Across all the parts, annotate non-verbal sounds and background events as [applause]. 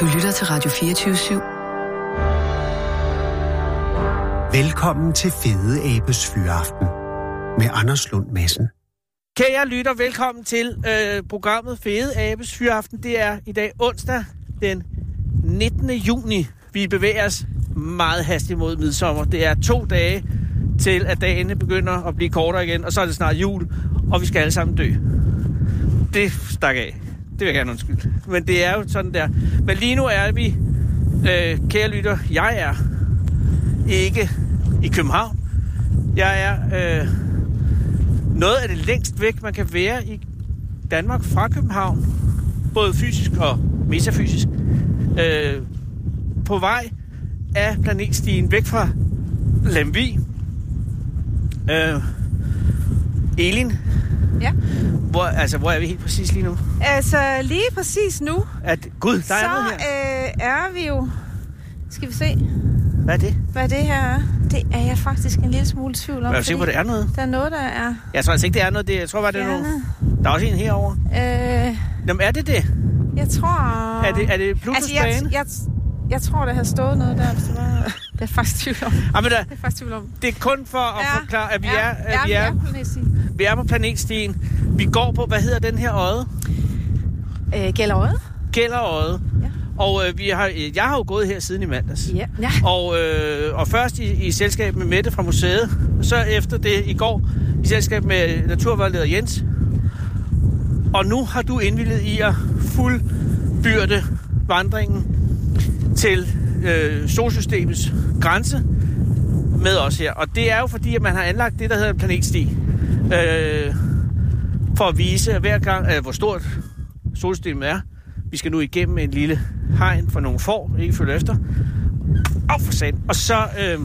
Du lytter til Radio 24 Velkommen til Fede Abes Fyraften med Anders Lund Madsen. Kære lytter, velkommen til øh, programmet Fede Abes Fyraften. Det er i dag onsdag den 19. juni. Vi bevæger os meget hastigt mod midsommer. Det er to dage til, at dagene begynder at blive kortere igen, og så er det snart jul, og vi skal alle sammen dø. Det stak af. Det vil jeg gerne undskylde. Men det er jo sådan der. Men lige nu er vi, øh, kære lytter, jeg er ikke i København. Jeg er... Øh, noget af det længst væk, man kan være i Danmark fra København, både fysisk og metafysisk, øh, på vej af planetstigen væk fra Lemvi. Øh, Elin, Ja. hvor, altså, hvor er vi helt præcis lige nu? Altså lige præcis nu, At, Gud, der så er noget her. øh, er vi jo... Skal vi se, Hvad er det? hvad det her er? Det er jeg faktisk en lille smule i tvivl om. Jeg er sikker på, at fordi det er noget. Der er noget, der er Jeg tror altså ikke, det er noget. Det, jeg tror bare, det er nogle... fjernet. Der er også en herovre. Øh, Jamen, er det det? jeg tror... Er det, er det Plutus altså, jeg, bane? jeg, jeg tror, der har stået noget der, hvis det var... Det er jeg faktisk tvivl om. Det Jamen, der, er jeg faktisk tvivl om. det er kun for at Ja, forklare, at vi ja, er, at ja, vi er på Næsien. Vi er på planetstien. Vi går på, hvad hedder den her øde? Øh, Gellerød? Gælderøde. Ja. Og øh, vi har, øh, jeg har jo gået her siden i mandags. Ja. ja. Og, øh, og først i, i selskab med Mette fra museet, så efter det i går i selskab med naturvejleder Jens. Og nu har du indvillet i at fuldbyrde vandringen til øh, solsystemets grænse med os her. Og det er jo fordi, at man har anlagt det, der hedder en planetsti. Øh, for at vise hver gang, øh, hvor stort solsystemet er. Vi skal nu igennem en lille hegn for nogle får, ikke følge efter. Åh, for satan. Og så, øh,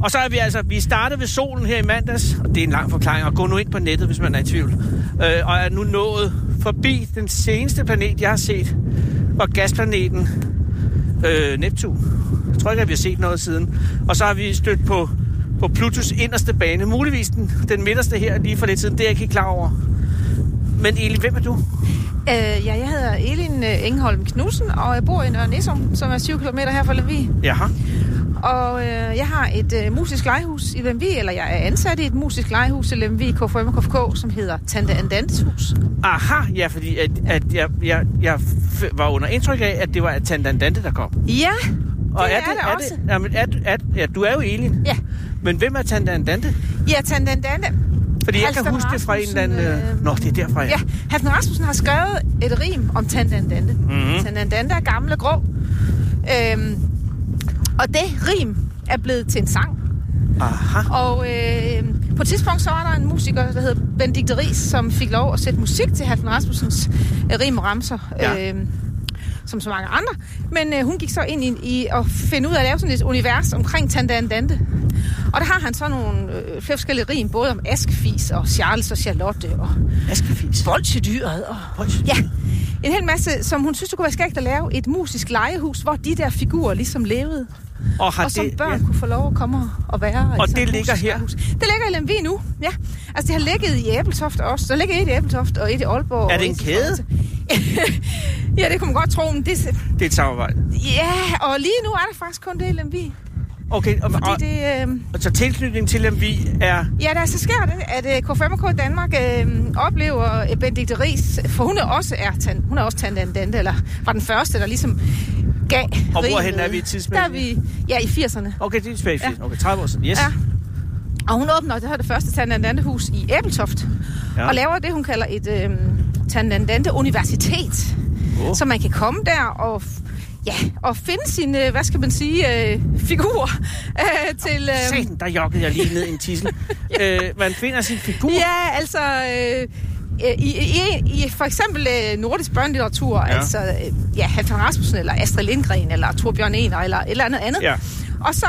og så er vi altså, vi startede ved solen her i mandags, og det er en lang forklaring, og gå nu ind på nettet, hvis man er i tvivl, øh, og er nu nået forbi den seneste planet, jeg har set, og gasplaneten øh, Neptun. Jeg tror ikke, at vi har set noget siden. Og så har vi stødt på, på Plutus inderste bane, muligvis den, den midterste her lige for lidt siden, det er jeg ikke helt klar over. Men Eli, hvem er du? Øh, ja, jeg hedder Elin øh, Engholm Knudsen, og jeg bor i Nørre Nissum, som er 7 km her fra Lemvig. Jaha. Og øh, jeg har et øh, musisk legehus i Lemvi, eller jeg er ansat i et musisk legehus i Lemvi KFM og KFK, som hedder Tante Andantes Hus. Aha, ja, fordi at, at jeg, jeg, jeg f- var under indtryk af, at det var Tandandante, der kom. Ja, Og Det er det er også. Det, jamen, er, er, ja, du er jo Elin. Ja. Men hvem er Tandandante? ja Tante Andante. Fordi jeg Halfdan kan huske det fra en eller anden... Rasmussen, Øh... øh, Nå, det er derfra, Ja, Halvdan Rasmussen har skrevet et rim om Tante Andante. Mhm. Mm-hmm. Tante Andante er gammel og grå. Øhm, og det rim er blevet til en sang. Aha. Og øh, på et tidspunkt så var der en musiker, der hed Benedikte Ries, som fik lov at sætte musik til Halvdan Rasmussens øh, rim og ramser. Ja. Øh, som så mange andre. Men øh, hun gik så ind i, i at finde ud af at lave sådan et univers omkring Tante Andante. Og der har han så nogle øh, flere forskellige rim, både om askefis og Charles og Charlotte og Askefis. bolsjedyret og Bolsje. Ja, en hel masse, som hun synes, det kunne være skægt at lave et musisk legehus, hvor de der figurer ligesom levede. Og, har Og som det, børn kunne få lov at komme og- og være. i Og sådan det et ligger hus- her? hus. Det ligger i Lemvig nu, ja. Altså, det har ligget i Æbeltoft også. Der ligger et i Æbeltoft og et i Aalborg. Er og det et en i kæde? Fredericia. [laughs] ja, det kunne man godt tro, men det... Ja, det er et samarbejde. Ja, og lige nu er der faktisk kun det i Lemvig. Okay, og, Fordi og, det... Øh... og så tilknytningen til Lemvi er... Ja, der så sker det, at øh, K5K Danmark øh, oplever øh, Benedikte Ries, for hun er også, er tan, hun er også tante Andante, eller var den første, der ligesom gav Og hvorhen rimet. er vi i tidsmæssigt? Der er vi, ja, i 80'erne. Okay, det er tilbage Ja. ja. Okay, 30 år siden. Yes. Ja. Og hun åbner det her det første tante Andante hus i Æbeltoft, Ja. ja. og laver det, hun kalder et øh, tante Andante universitet, Åh. oh. så man kan komme der og f- Ja, og finde sin, øh, hvad skal man sige, øh, figur [laughs] øh, til... øh, Satan, der jokkede jeg lige ned i en [laughs] tissel. øh, man finder sin figur. Ja, altså... Øh, øh, i, i, i for eksempel øh, nordisk børnelitteratur, ja. altså øh, ja, Halvdan Rasmussen, eller Astrid Lindgren, eller Torbjørn Ener, eller et eller andet andet. Ja. Og så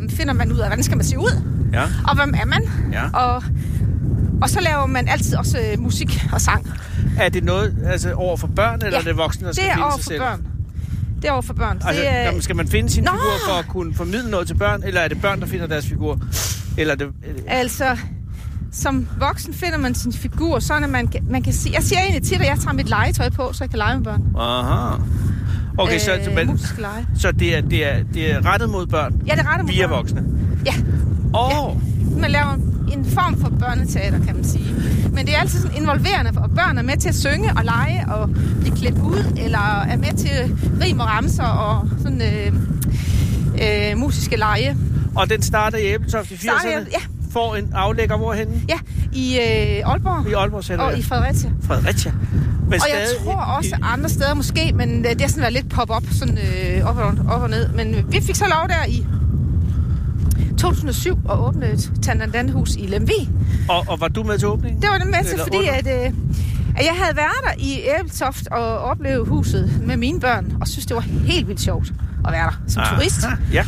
øh, finder man ud af, hvordan skal man se ud, ja. og hvem er man, Ja. og, og så laver man altid også øh, musik og sang. Er det noget altså, over for børn, eller Ja, er det voksne, der skal det er finde over sig for selv? børn. Det er over for børn. Altså, det er, jamen, skal man finde sin Nå! figur for at kunne formidle noget til børn, eller er det børn, der finder deres figur? Eller er det... Altså, som voksen finder man sin figur, sådan at man, kan- man kan sige... Jeg siger egentlig tit, at jeg tager mit legetøj på, så jeg kan lege med børn. Aha. Okay, så, Øh, men, Muskeleje. så det, er, det, er, det er rettet mod børn Ja, det retter mig. via voksne. Ja, Og man laver en form for børneteater, kan man sige. Men det er altid sådan involverende, og børn er med til at synge og lege og blive klædt ud, eller er med til rim og ramser og sådan øh, øh, musiske lege. Og den starter i Æbletoft i Starter i- 80'erne? ja. Får en aflægger hvorhenne? Ja, i øh, Aalborg I Aalborg selv? og i Fredericia. Fredericia. Men Og jeg tror også andre steder måske, men øh, det har sådan været lidt pop-up, sådan øh, op, og, op og ned. Men øh, vi fik så lov der i 2007 at åbne et Tandandandehus i Lemvig. Og, og var du med til åbningen? Det var det med til, Eller fordi under? at, øh, at jeg havde været der i Æbeltoft og oplevet huset med mine børn, og synes det var helt vildt sjovt at være der som Ah, turist. Ja.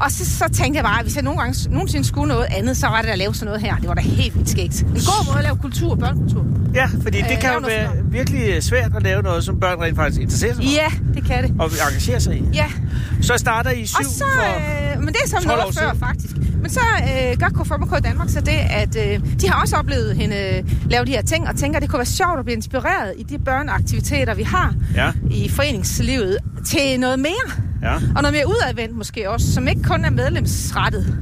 Og så, så tænkte jeg bare, at hvis jeg nogle gange, nogensinde skulle noget andet, så var det at lave sådan noget her. Det var da helt vildt skægt. En god måde at lave kultur og børnekultur. ja, fordi det Øh, kan jo lave noget for være virkelig svært at lave noget, som børn rent faktisk interesserer sig Ja, det kan det. for og engagerer sig i. Ja, Så starter I syv og så, for... øh, men det er som 12 år noget før, siden. faktisk. Men så øh, gør KFMK Danmark så det, at øh, de har også oplevet hende øh, lave de her ting, og tænker, at det kunne være sjovt at blive inspireret i de børneaktiviteter, vi har Ja. i foreningslivet, til noget mere. Ja. Og noget mere udadvendt måske også, som ikke kun er medlemsrettet.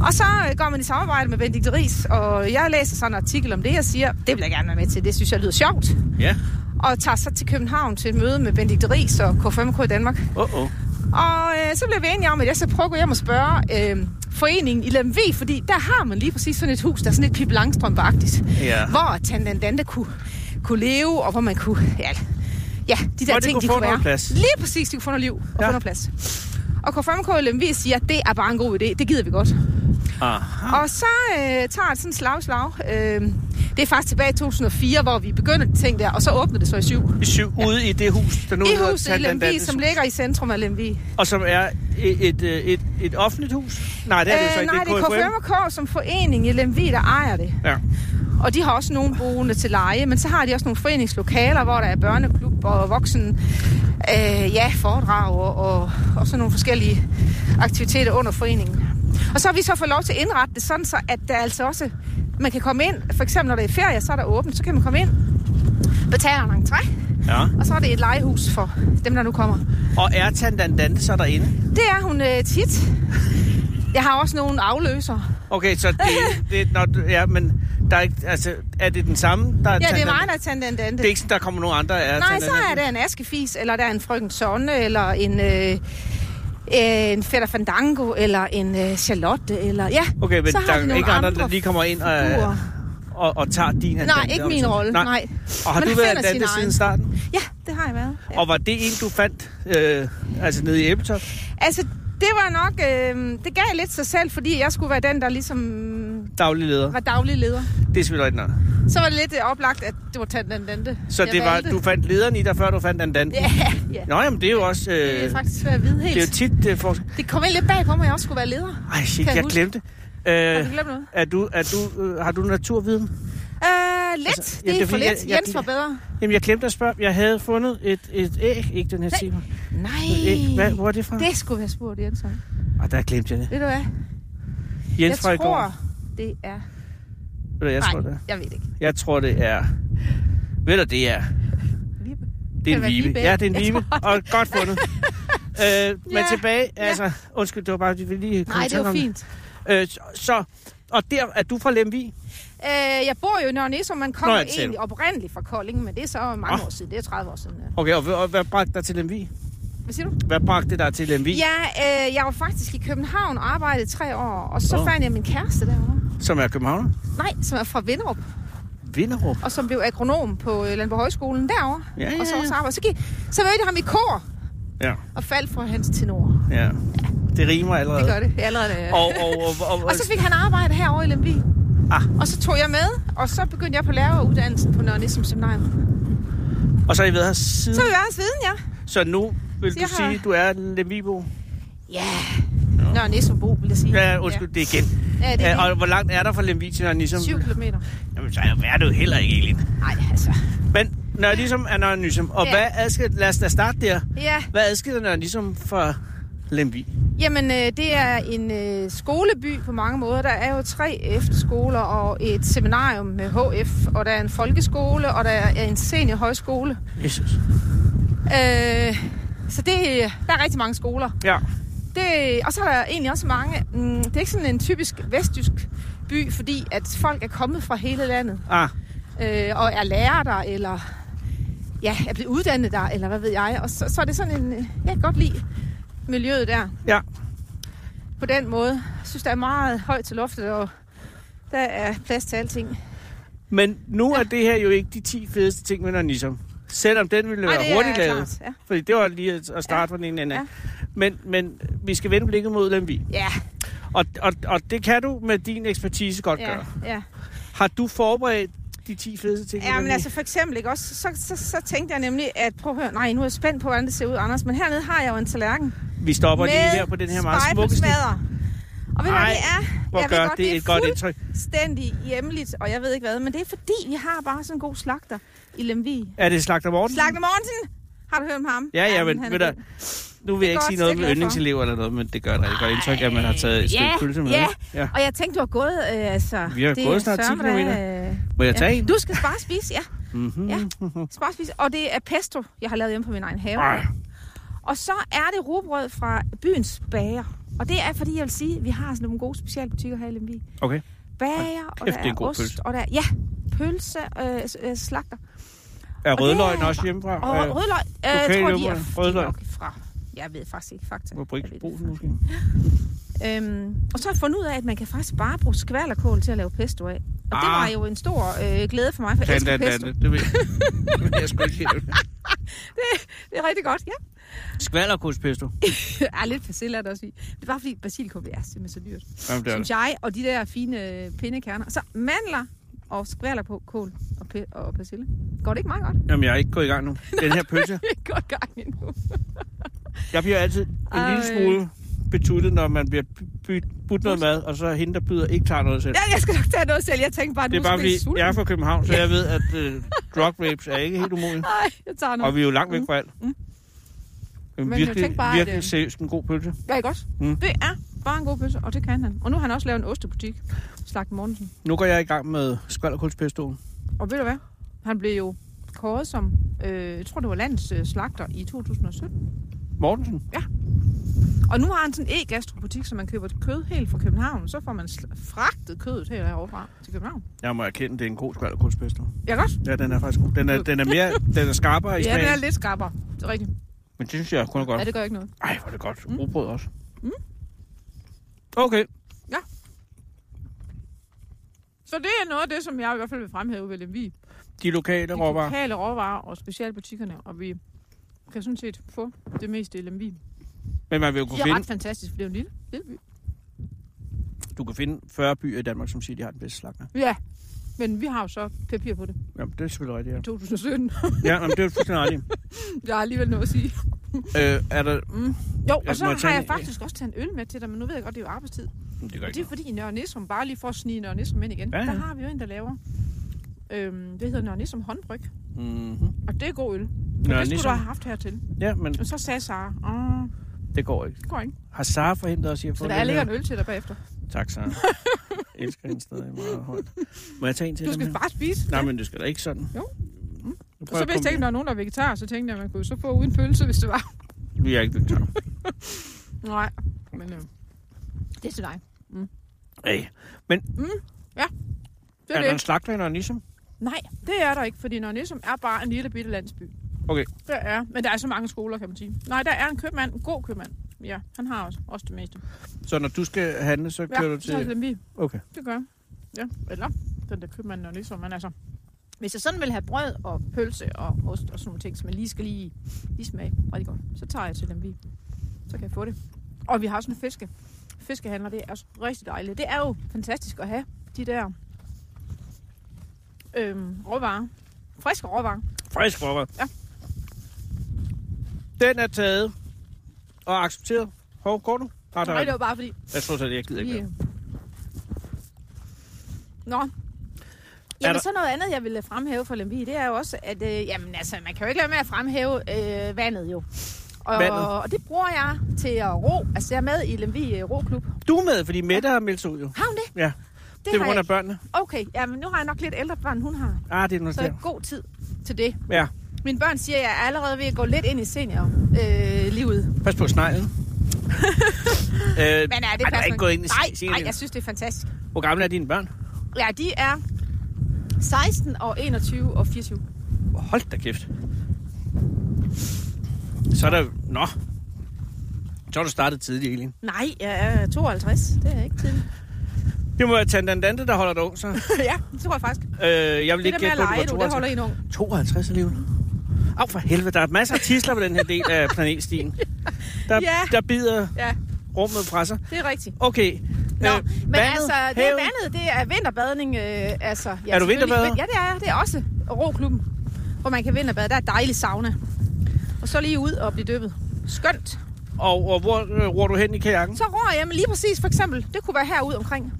Og så øh, går man i samarbejde med Benedikte Ries, og jeg læser sådan en artikel om det, og siger, det vil jeg gerne være med til, det synes jeg lyder sjovt. Ja. Og tager så til København til et møde med Benedikte Ries og K5K Danmark. Åh, oh, oh. Og øh, så blev vi enige om, at jeg skal prøve at gå hjem og spørge øh, foreningen i Lemvig, fordi der har man lige præcis sådan et hus, der er sådan lidt Pippi langstrømpe Ja. Hvor Tandandante kunne, kunne leve, og hvor man kunne... Ja, ja de der Hvor det ting, kunne de få kunne noget være. plads. Lige præcis, de kunne få noget liv og Ja. få noget plads. Og K5K i Lemvig siger, at det er bare en god idé. Det gider vi godt. Aha. Og så øh, tager det sådan slag slag. Øh, det er faktisk tilbage i 2004, hvor vi begynder de ting der, og så åbner det så i syv. I syv ude i det hus, der nu I hedder huset i Lemvig, Tandandantes som hus. ligger i centrum af Lemvig. Og som er et, et, øh, et, et offentligt hus? Nej, det er det jo så Øh, ikke. nej, det er KFMK som forening i Lemvig, der ejer det. Ja. Og de har også nogle boende til leje, men så har de også nogle foreningslokaler, hvor der er børneklub og voksen, øh, ja, foredrag og, og, og sådan nogle forskellige aktiviteter under foreningen. Og så har vi så fået lov til at indrette det sådan, så at der altså også, man kan komme ind, for eksempel når det er ferie, så er der åbent, så kan man komme ind, betale en entré, ja. og så er det et legehus for dem, der nu kommer. Og er Tandandante så derinde? Det er hun øh, tit. Jeg har også nogle afløser. Okay, så [laughs] det, det når, du- ja, men der er ikke, altså, er det den samme, der er Ja, det er tandem? mig, der er tandandante. Det er ikke sådan, der kommer nogen andre af Nej, tandem? så er det en askefis, eller der er en frøken Sonne, eller en, øh, øh, en fætter Fandango, eller en øh, Charlotte, eller ja. Okay, men så har der de er nogle ikke andre, andre der øh, lige kommer ind og, figurer. og, og tager din Nej, andante, ikke om min sådan- rolle, nej. Og har Men du han været finder sin andante siden egen. starten? Ja, det har jeg været. Ja. Og var det en, du fandt øh, altså nede i Æbletop? Altså, det var nok... Øh, det gav lidt sig selv, fordi jeg skulle være den, der ligesom Daglig leder. var daglig leder. Det er selvfølgelig rigtigt. nok. Så var det lidt øh, oplagt, at det var tandandante. Så jeg det var, valgte. du fandt lederen i dig, før du fandt andante? Ja, ja. Nå, jamen, det er jo også... Øh, Det er det faktisk svært at vide helt. er jo tit... Øh, for... Det kom ind lidt bag på mig, at jeg også skulle være leder. Ej, shit, Kan jeg jeg huske? glemte. Har Øh, du glemt noget? er du, er du, øh, har du naturviden? Øh, lidt. Altså, Altså, ja, det det er er for fordi, lidt. jeg- jeg- Jens var bedre. Jamen, jeg glemte at spørge. Jeg havde fundet et, et æg, ikke den her Nej. time. Nej. Øh, Hvad, hvor er det fra? Det skulle være spurgt Jens om. Og der glemte jeg det. Ved du hvad? Jens jeg fra i går. tror, det er... Ved du, hvad jeg tror, det Nej, er. jeg ved det ikke. Jeg tror, det er... Ved du, det er... Vibe. Det er en Kan det være vibe. vibe? Ja, det er en Jeg vibe. tror, det- Og godt [laughs] fundet. øh, men Ja, tilbage, ja. altså... Undskyld, det var bare, vi lige kom Nej, i det tanke var om fint. Øh, så- så... Og der er du fra Lemvi? Øh, jeg bor jo i Nørre Nissum, man Nå, kommer ja, det sagde egentlig du. oprindeligt fra Kolding, men det er så mange Nå. år siden, det er 30 år siden. ja. Okay, og, og hvad bragte dig til Lemvi? Hvad siger du? Hvad bragte dig til Lemvi, Ja, øh, jeg var faktisk i København og arbejdede i tre år, og så Nå. fandt jeg min kæreste derovre. som er København? Nej, som er fra Vinderup, Vinderup. og som blev agronom på øh, Landborg Højskolen derovre. Ja, ja, Og så ja. også arbejde. Så, gik, så mødte jeg ham i kor Ja, og faldt for hans tenor. ja. Det rimer allerede. Det gør det allerede. da jeg- Og, og, og, og, [laughs] Og så fik han arbejde herovre i Lemby. Ah. Og så tog jeg med, og så begyndte jeg på læreruddannelsen på Nørre Nissum Seminarium. Mm. og så har I været her siden. Så har vi været her siden, ja. Så nu vil Så du jeg har- sige, at du er Lemvibo? Ja. Nørre Nissum Bo, vil jeg sige. Ja, undskyld, det er igen. Ja, det er Øh, det. og hvor langt er der fra Lemvig til Nørre Nissum? 7 kilometer. Jamen, så er det jo heller ikke egentlig. Nej, altså. Men Nørre Nissum er Nørre Nissum. Og Ja. hvad adskiller... Lad os da starte der. Ja, Hvad adskiller Nørre Nissum fra Lemvig? jamen øh, det er en øh, skoleby på mange måder. Der er jo tre efterskoler og et seminarium med HF, og der er en folkeskole, og der er en seniorhøjskole. Jesus. Øh, Så det, øh, der er rigtig mange skoler. Ja. Det, og så er der egentlig også mange... Mm, det er ikke sådan en typisk vestjysk by, fordi at folk er kommet fra hele landet Ah, øh, og er lærer der, eller ja, er blevet uddannet der, eller hvad ved jeg. Og så, så er det sådan en... øh, Jeg kan godt lide miljøet der ja. på den måde. Jeg synes, der er meget højt til loftet, og der er plads til alting. Men nu er det her jo ikke de 10 fedeste ting med Nissan. Selvom den ville Ej, være det er hurtigt lavet. klart, ja. Fordi det var lige at at starte fra den ene ende af. Ja. Men, men vi skal vende blikket mod Lemvi. Ja, Og, og, og det kan du med din ekspertise godt ja, gøre. ja. Har du forberedt de 10 fedeste ting med Ja, men Lemvig? altså for eksempel, ikke også? Så, så, så tænkte jeg nemlig, at prøv at høre, nej, nu er jeg spændt på, hvordan det ser ud, Anders, men hernede har jeg jo en tallerken. Vi stopper med lige her på den her meget smukke stil. spejlpølsemadder. Og ved du, hvad Ej, det er? Hvor jeg gør ved godt, det er et godt indtryk. fuldstændig hjemligt, og jeg ved ikke hvad, men det er fordi, vi har bare sådan en god slagter i Lemvig. Er det Slagter Morten? Slagter Mortensen! Har du hørt om ham? Ja, ja, han men er ved du, god. nu vil jeg ikke godt, sige det er noget jeg med glad for. yndlingselever eller noget, men det gør et rigtig godt indtryk, at man har taget et stykke Ja, pølse med. ja. ikke? ja. Og jeg tænkte, du har gået, øh, altså... Vi har det er gået snart 10 sørme da, kilometer. øh, Må jeg tage ja. en? Du skal bare spise, ja. Mhm. Ja, spare spise. Og det er pesto, jeg har lavet hjemme på min egen have. Ej. Og så er det rugbrød fra byens bager. Og det er, fordi jeg vil sige, at vi har sådan nogle gode specialbutikker her i Lemvig. Okay. Bager, kæft, og der det er en er, god ost, pølse. og der er, ja, pølse, øh, s- øh, slagter. Er Og rødløgn det er- også hjemmefra? Og Øh, rødløg, øh, jeg lokale tror, de hjemmefra. er de er Rødløg. nok fra. Jeg ved faktisk ikke fakta. Må Jeg ved ikke det bruge den måske? Øhm, og så har jeg fundet ud af, at man kan faktisk bare bruge skvallerkål til at lave pesto af. Og det Ah. var jo en stor øh, glæde for mig, for jeg Tante, elsker pesto. tante, det ved jeg. Det ved jeg sgu ikke helt. [laughs] Det er rigtig godt, ja. [laughs] Skvalderkudspesto. er lidt persille er der også i. Det er bare fordi basilikum det er simpelthen så dyrt, Jamen, det er synes det. jeg, og de der fine øh, pindekerner. Så mandler og skvaller på kål og, pe- og persille. Går det ikke meget godt? [laughs] Jamen, jeg er ikke gået i gang nu. Den her pølse, Det er godt gang endnu. jeg bliver altid en lille Ej. smule betuttet, når man bliver byt- budt noget mad, og så hende, der byder, ikke tager noget selv. Ja, jeg skal nok tage noget selv. Jeg tænker bare, at Det er nu bare, skal fordi jeg sulten. jeg er fra København, så jeg ved, at øh, drug rapes er ikke helt umulige. Nej, jeg tager noget. Og vi er jo langt væk fra alt. Men Mm. Men virkelig, tænk bare, at, virkelig øh, seriøst en god pølse. Ja, ikke også? Mm. Mm. Det er bare en god pølse, og det kan han. Og nu har han også lavet en ostebutik, Slagten Mortensen. Nu går jeg i gang med skvalderkulspestolen. Og ved du hvad? Han blev jo kåret som, øh, jeg tror det var landets øh, slagter i 2017. Mortensen? Og nu har han sådan en e-gastrobutik, så man køber kød helt fra København. Så får man sl- fragtet kødet helt herovre fra til København. Jeg må erkende, det er en god skvalderkulspesto. Ja, godt. Ja, den er faktisk god. Den er, den er, mere, den er skarpere i Ja, smagen. den er lidt skarpere. Det er rigtigt. Men det synes jeg kun er godt. Ja, det Mm. gør ikke noget. Ej, hvor er det godt. Rugbrød også. Okay. Så det er noget af det, som jeg i hvert fald vil fremhæve ved Lemvig. De lokale De råvarer. lokale råvarer og specialbutikkerne, og vi kan sådan set få det meste i Lemvig. Men man vil jo Det kunne er ret finde, fantastisk, for det er jo en lille, lille by. du kan finde 40 byer i Danmark, som siger, de har den bedste slagter. Ja, men vi har jo så papir på det Jamen, det er selvfølgelig rigtigt, i [laughs] 2017. ja. ja, jamen, det er fuldstændig rigtigt. [laughs] Jeg har alligevel noget at sige. Øh, er der... Mm. Jo, Jeg og så må tage har jeg en- faktisk også taget en øl med til dig, men nu ved jeg godt, det er jo arbejdstid. Mm, Det gør Og det er ikke fordi i Nørre Nissum, bare lige for at snige Nørre Nissum ind igen, Ja, ja, ja. ja. der har vi jo en, der laver, øhm, det hedder Nørre Nissum håndbryg, mm-hmm. og det er god øl. Men Nørre det skulle Nissum. du have haft hertil. Ja, men Og så sagde Sara, åh, det går ikke. det går ikke. Har Sara forhindret os i at få Så der den er ligger her? en øl til dig bagefter. Tak, [laughs] Sara. Jeg elsker hende stadig meget højt. Må jeg tage en til Du dem skal her? bare spise. Nej, men det skal da ikke sådan. Mm. Jo. Nu Og prøver så hvis jeg tænkte, at der var nogen, der er vegetar, så tænkte jeg, at man kunne så få uden pølse, hvis det var. kombinere- Vi er ikke vegetarer. Nej, men øh, det er til dig. Ej. Det er Er der en ligesom? det. slagter i Nørre Nissum? Nej, det er der ikke, fordi Nørre Nissum er bare en lille bitte landsby. Okay. Der er, men der er så mange skoler, kan man sige. Nej, der er en købmand, en god købmand. Ja, han har også, også det meste. Så når du skal handle, så kører Ja, du så er det til... Lemvig. Okay. Det gør jeg. Ja, eller den der købmand og ligesom, men altså... Hvis jeg sådan vil have brød og pølse og ost og sådan nogle ting, som jeg lige skal lige, lige smage rigtig godt, så tager jeg til Lemvig. Så kan jeg få det. Og vi har sådan en fiske. Fiskehandler, det er også rigtig dejligt. Det er jo fantastisk at have de der øhm, råvarer. Friske råvarer. Frisk råvarer. Ja. Den er taget og accepteret. Hov, går du? Nej, der Nej, det er var bare fordi... Jeg tror så, jeg gider ikke. Vi... mere. Nå. Er Jamen, der- så noget andet, jeg ville fremhæve for Lemvig, det er jo også, at øh, jamen, altså, man kan jo ikke lade med at fremhæve øh, vandet jo. Og, Vandet. og det bruger jeg til at ro. Altså, jeg er med i Lemvig øh, Roklub. Du er med, fordi Mette har meldt sig ud jo. Har hun det? Ja, Det, det er på har grund jeg af børnene. ikke. Okay, jamen, nu har jeg nok lidt ældre børn, end hun har. Ah, det er noget Så er der. god tid til det. Ja, Mine børn siger, at jeg er allerede ved at gå lidt ind i seniorlivet. Øh, livet. Pas på [laughs] sneglen. øh, Men ej, er du det er ikke gået ind i Nej, senere. nej, jeg synes, det er fantastisk. Hvor gamle er dine børn? Ja, de er 16 og 21 og 24. Hold da kæft. Så er der... Nå. Så har du startet tidligt, Elin. Nej, jeg er 52. Det er ikke [laughs] tidligt. Det må være Tandandante, der holder dig ung, så. [laughs] øh, ja, det tror jeg faktisk. jeg vil Det ikke der med gætte at på, lege, at du, du det var 52. holder en ung. 52 alligevel. Au for helvede, der er masser af tisler på den her del [laughs] af planetstien. Der, Ja. der bider Ja, rummet fra sig. det er rigtigt. Okay. Nå, øh, men vandet, altså, det er havet. vandet, det er vinterbadning. Øh, altså, ja, Er du selvfølgelig. vinterbader? Ja, det er jeg. Det er også roklubben, hvor man kan vinterbade. Der er dejlig sauna. Og så lige ud og blive dyppet. Skønt. Og, og hvor øh, ror du hen i kajakken? Så ror jeg med lige præcis, for eksempel, det kunne være herude omkring.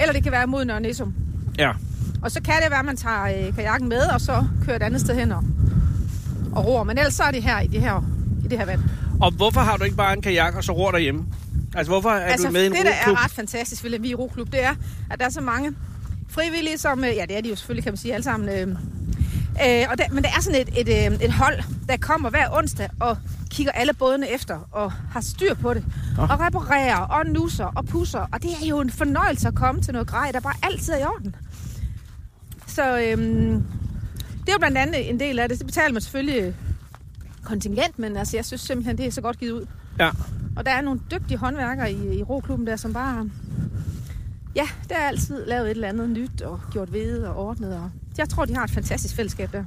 Eller det kan være mod Nørre Nissum. Ja. Og så kan det være, at man tager øh, kajakken med, og så kører et andet sted hen og, og ror. Men ellers så er det her i det her, i det her vand. Og hvorfor har du ikke bare en kajak, og så ror derhjemme? Altså, hvorfor er altså, du med i en det, der roklub? er ret fantastisk ved Lemvig Roklub, det er, at der er så mange frivillige, som... øh, Ja, det er de jo selvfølgelig, kan man sige, alle sammen. Øh, øh, og der, men der er sådan et, et, øh, et hold, der kommer hver onsdag og kigger alle bådene efter og har styr på det. Nå. Og reparerer og nusser og pusser. Og det er jo en fornøjelse at komme til noget grej, der bare altid er i orden. Så øhm, det er jo blandt andet en del af det. Det betaler man selvfølgelig øh, kontingent, men altså, jeg synes simpelthen, det er så godt givet ud. Ja. Og der er nogle dygtige håndværkere i, i roklubben der, som bare... Ja, der er altid lavet et eller andet nyt og gjort ved og ordnet. Og jeg tror, de har et fantastisk fællesskab der.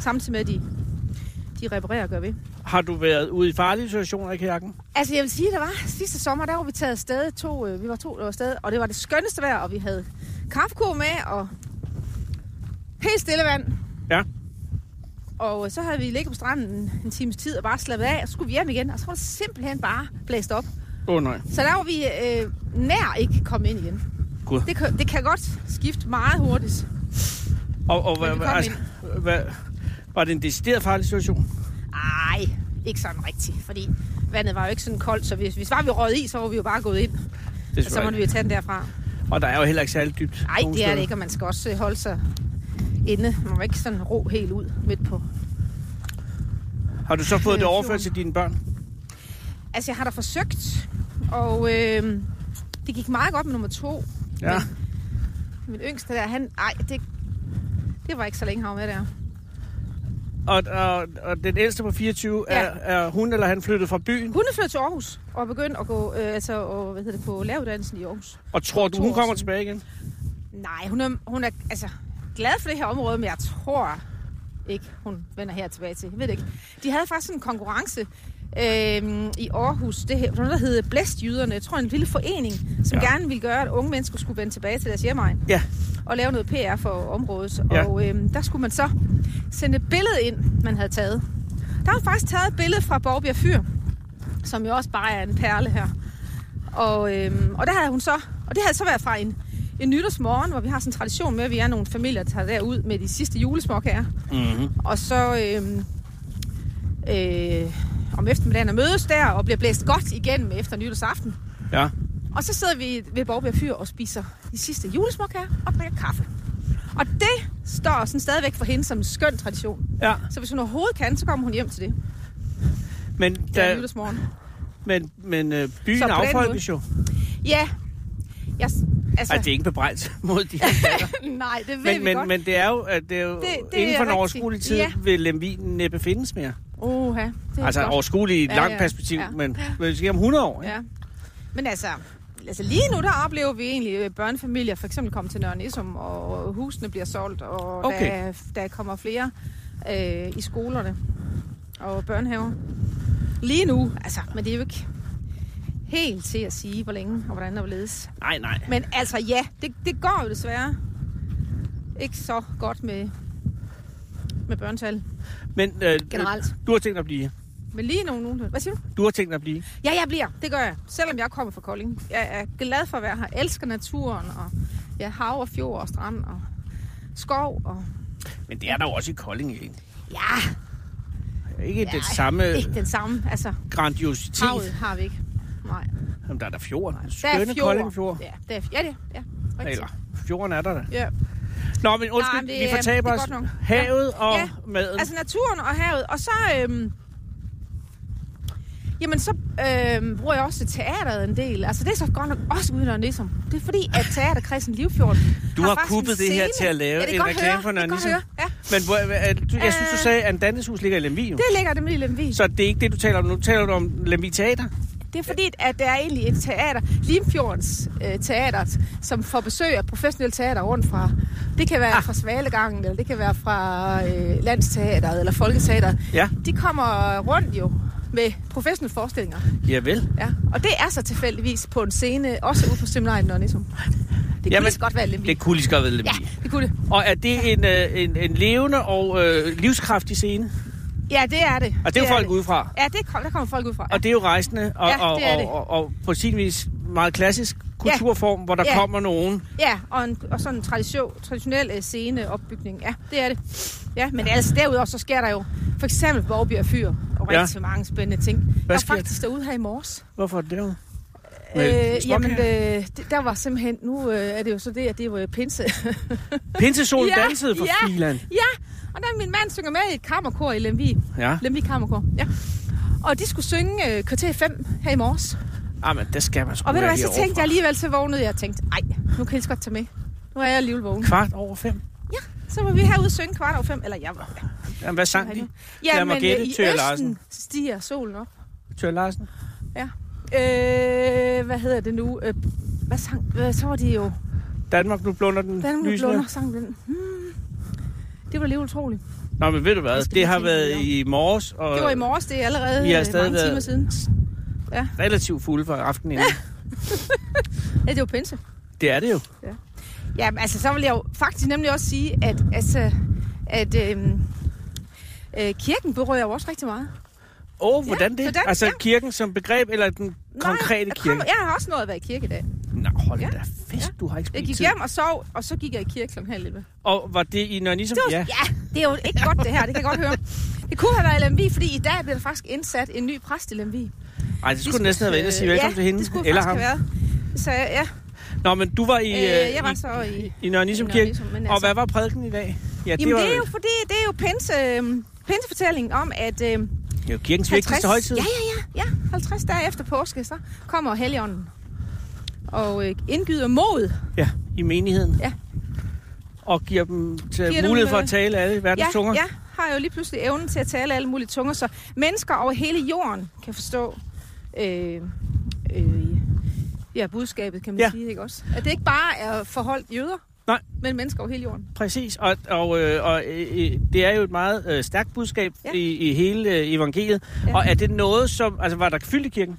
Samtidig med, at de, de reparerer og gør ved. Har du været ude i farlige situationer i kajakken? Altså, jeg vil sige, der var sidste sommer, der var vi taget afsted. To, øh, vi var to, der var afsted, og det var det skønneste vejr, og vi havde kaffeko med, og helt stille vand. Ja. Og øh, så havde vi ligget på stranden en, en times tid og bare slappet af, og så skulle vi hjem igen, og så var det simpelthen bare blæst op. Åh oh, nej. Så der var vi øh, nær ikke komme ind igen. Gud. Det kan, det kan godt skifte meget hurtigt. Og, og Men vi hvad, kom altså, hvad, var det en decideret farlig situation? Ej, ikke sådan rigtigt, fordi vandet var jo ikke sådan koldt, så hvis, hvis var vi røget i, så var vi jo bare gået ind, Det og så måtte vi jo tage den derfra. Og der er jo heller ikke særlig dybt. Nej, nogen det er steder. det ikke, og man skal også øh, holde sig inde. Man må ikke sådan ro helt ud midt på. Har du så fået det Øh, overført fjorden. til dine børn? Altså, jeg har da forsøgt, og øh, det gik meget godt med nummer to. Ja. Min yngste der, han... Ej, det, det var ikke så længe, han var med der. Og, og, og den ældste på 24, ja. Ja. er, er hun eller han flyttet fra byen? Hun er flyttet til Aarhus og begyndt at gå, øh, altså, og, hvad hedder det, på læreruddannelsen i Aarhus. Og tror du, To hun år kommer siden. tilbage igen? Nej, hun er, hun er altså, glad for det her område, men jeg tror ikke, hun vender her tilbage til. Jeg ved det ikke. De havde faktisk sådan en konkurrence øh, i Aarhus. Det her, noget, der hed Blæstjyderne. Jeg tror, en lille forening, som Ja. ja. gerne ville gøre, at unge mennesker skulle vende tilbage til deres hjemmeegn. Ja. Og lave noget PR for området. Ja. Ja. Og øh, der skulle man så sende et billede ind, man havde taget. Der har man faktisk taget et billede fra Borgbjerg Fyr, som jo også bare er en perle her. Og, øhm, og der havde hun så, og det havde så været fra en, en nytårsmorgen, hvor vi har sådan en tradition med, at vi er nogle familier, der tager derud med de sidste julesmåkager. Mm-hmm. Og så øhm, øh, om eftermiddagen og mødes der, og bliver blæst godt igennem efter nytårsaften. Ja. Og så sidder vi ved Borgbjerg Fyr og spiser de sidste julesmåkager og drikker kaffe. Og det står sådan stadigvæk for hende som en skøn tradition. ja. Så hvis hun overhovedet kan, så kommer hun hjem til det. Men, Det er da, nytårsmorgen. men, men øh, byen Så på den affolkes jo. Ja. Jeg, altså, Ej, det er ikke bebrejdt [laughs] mod [laughs] de nej, det ved men, vi men, godt. men det er jo, at det er jo det, det det inden er for en rigtigt. overskuelig tid, ja. Ja. vil Lemvinen næppe findes mere. Oha, det er Altså godt. overskuelig i et Ja, langt ja. perspektiv, Ja. men måske om 100 år. Ja. Ja. Men altså, altså, lige nu der oplever vi egentlig øh, børnefamilier for eksempel komme til Nørre Nissum, og husene bliver solgt, og Okay. okay. der, der kommer flere øh, i skolerne og børnehaver. Lige nu, altså, men det er jo ikke helt til at sige, hvor længe og hvordan der vil ledes. Nej, nej. Men altså ja, det, det går jo desværre ikke så godt med, med børnetal Men øh, generelt. du har tænkt dig at blive. Men lige nu, nu, hvad siger du? Du har tænkt dig at blive. Ja, jeg bliver. Det gør jeg. Selvom jeg kommer fra Kolding. Jeg er glad for at være her. Elsker naturen. Og ja, hav og fjord og strand og skov. Og... Men det er der jo også i Kolding egentlig. Ja, Ikke ja, ja, det [laughs] samme ikke den samme. Altså, grandiositet. havet har vi ikke. Nej. Jamen, der er der fjord. nej. Skønne Kolding Fjord. Ja, der er, ja, det er- ja, rigtigt. Eller, fjorden er der da. Ja. Nå, men undskyld, men Nej, det det, vi er- fortaber det er os. godt nok. Havet ja. og Ja, ja. maden. Altså naturen og havet. Og så... Øhm, jamen, så øhm, bruger jeg også teateret en del. Altså, det er så godt nok også uden og ligesom. Det er fordi, at teaterkredsen Livfjord... Du har faktisk kuppet en det her scene. til at lave ja, det en reklame for Nørre Nørre Nissum. Nissum. Høre. Ja, Men hvor, hvad er- du, jeg synes, Øh. du sagde, at Dantes hus ligger i Lemvig. jo. det ligger nemlig i Lemvig. Så det er ikke det, du taler om. Nu taler du om Lemvig Teater. Det er fordi, at der er egentlig et teater, Limfjordens øh, Teater, som får besøg af professionelle teater rundt fra. Det kan være ah. fra Svalegangen, eller det kan være fra øh, Landsteateret eller Folketeateret. Ja, De kommer rundt jo med professionelle forestillinger. ja vel. Ja. Og det er så tilfældigvis på en scene, også ude på Seminariet Nørnisum. Det kunne Jamen, lige så godt være Lemvig. Det kunne lige så godt være Lemvig. Ja, det kunne det. Og er det en, øh, en, en levende og øh, livskraftig scene? Ja, det er det. Og det er jo folk det. udefra. Ja, det kom, der kommer folk ud fra. Og det er jo rejsende, og, Ja, og, det er og, det. og, og på sin vis meget klassisk kulturform, hvor der Ja. kommer nogen. Ja, og, en, og sådan en tradition, traditionel øh, sceneopbygning. Ja, det er det. Ja, men altså derudover, så sker der jo for eksempel Borgbjerg Fyr og Ja. rigtig mange spændende ting. jeg var sker der? faktisk derude her i morges. Hvorfor er det derude? Med Øh, jamen, øh, det, der var simpelthen, nu øh, er det jo så det, at det var pinse. Pinsesolen øh, ja, dansede for ja. filan. ja, og der er min mand synger med i et kammerkor i Lemvig. Ja, Lemvig Kammerkor, ja. Og de skulle synge øh, kvarter 5 her i morges. Jamen, det Ah, skal man sgu Og ved du være hvad, så herovre tænkte jeg fra. alligevel, så vågnede jeg og tænkte, ej, nu kan jeg lige så godt tage med. Nu er jeg alligevel vågen. Kvart over fem. Så var vi herude og synge kvart over fem, eller jeg var, Jamen, hvad sang de? Ja, Lad mig men gætte, øh, i Thøger østen Larsen. stiger solen op. Tør Larsen? Øh, hvad hedder det nu? Øh, hvad sang? Hvad, så var det jo... Danmark, nu blunder den Danmark lysende. Blunder sang den. Hmm. Det var alligevel utroligt. Nå, men ved du hvad, Det skal det vi har tænke været lidt om. i morges, og Det var i morges, det er allerede I har øh, stadig mange timer været- siden. relativt fulde for aftenen inden. Ja, det var pinse. det er det jo. Ja, men altså, så vil jeg jo faktisk nemlig også sige, at, altså, at øhm, øh, kirken berører jo også rigtig meget. Åh, oh, hvordan det? sådan, altså ja. kirken som begreb, eller den konkrete Nej, kirke? Kom, jeg har også nået at være i kirke i dag. Nå, hold Ja. da fest, Ja. du har ikke Jeg spildt gik tid. hjem og sov, og så gik jeg i kirke klokken halv 11. Og var det i ligesom- Nørnisum? Det var, ja. ja, det er jo ikke godt det her, det kan jeg godt høre. Det kunne have været i Lemvig, fordi i dag bliver der faktisk indsat en ny præst i Lemvig. Nej, det skulle du næsten have været inde og sige Øh, velkommen ja, til hende. det skulle eller eller ham. faktisk ham. have været. Så ja, Nå, men du var i, øh, øh, jeg var i, så i... i Nørre Nissum i Nørre Kirke. Nissum, men Og altså- hvad var prædiken i dag? Ja, Jamen det er jo fordi, det er jo pinse, øh, pinsefortællingen om, at øh, det er jo kirkens vigtigste 50, højtid. ja, ja, ja, ja, 50 dage efter påske, så kommer Helligånden og øh, indgyder mod. ja, i menigheden. Ja. Og giver dem til Giver dem, mulighed for øh, at tale alle verdens Ja, tunger. ja, har jo lige pludselig evnen til at tale alle mulige tunger, så mennesker over hele jorden kan forstå øh, øh, ja, budskabet, kan man Ja. ja. sige, ikke også? At det ikke bare er forholdt jøder, Nej. men mennesker over hele jorden. Præcis, og, og, øh, og øh, øh, det er jo et meget øh, stærkt budskab Ja. ja. i, i hele øh, evangeliet. Ja. Ja. Og er det noget, som... Altså, var der fyldt i kirken?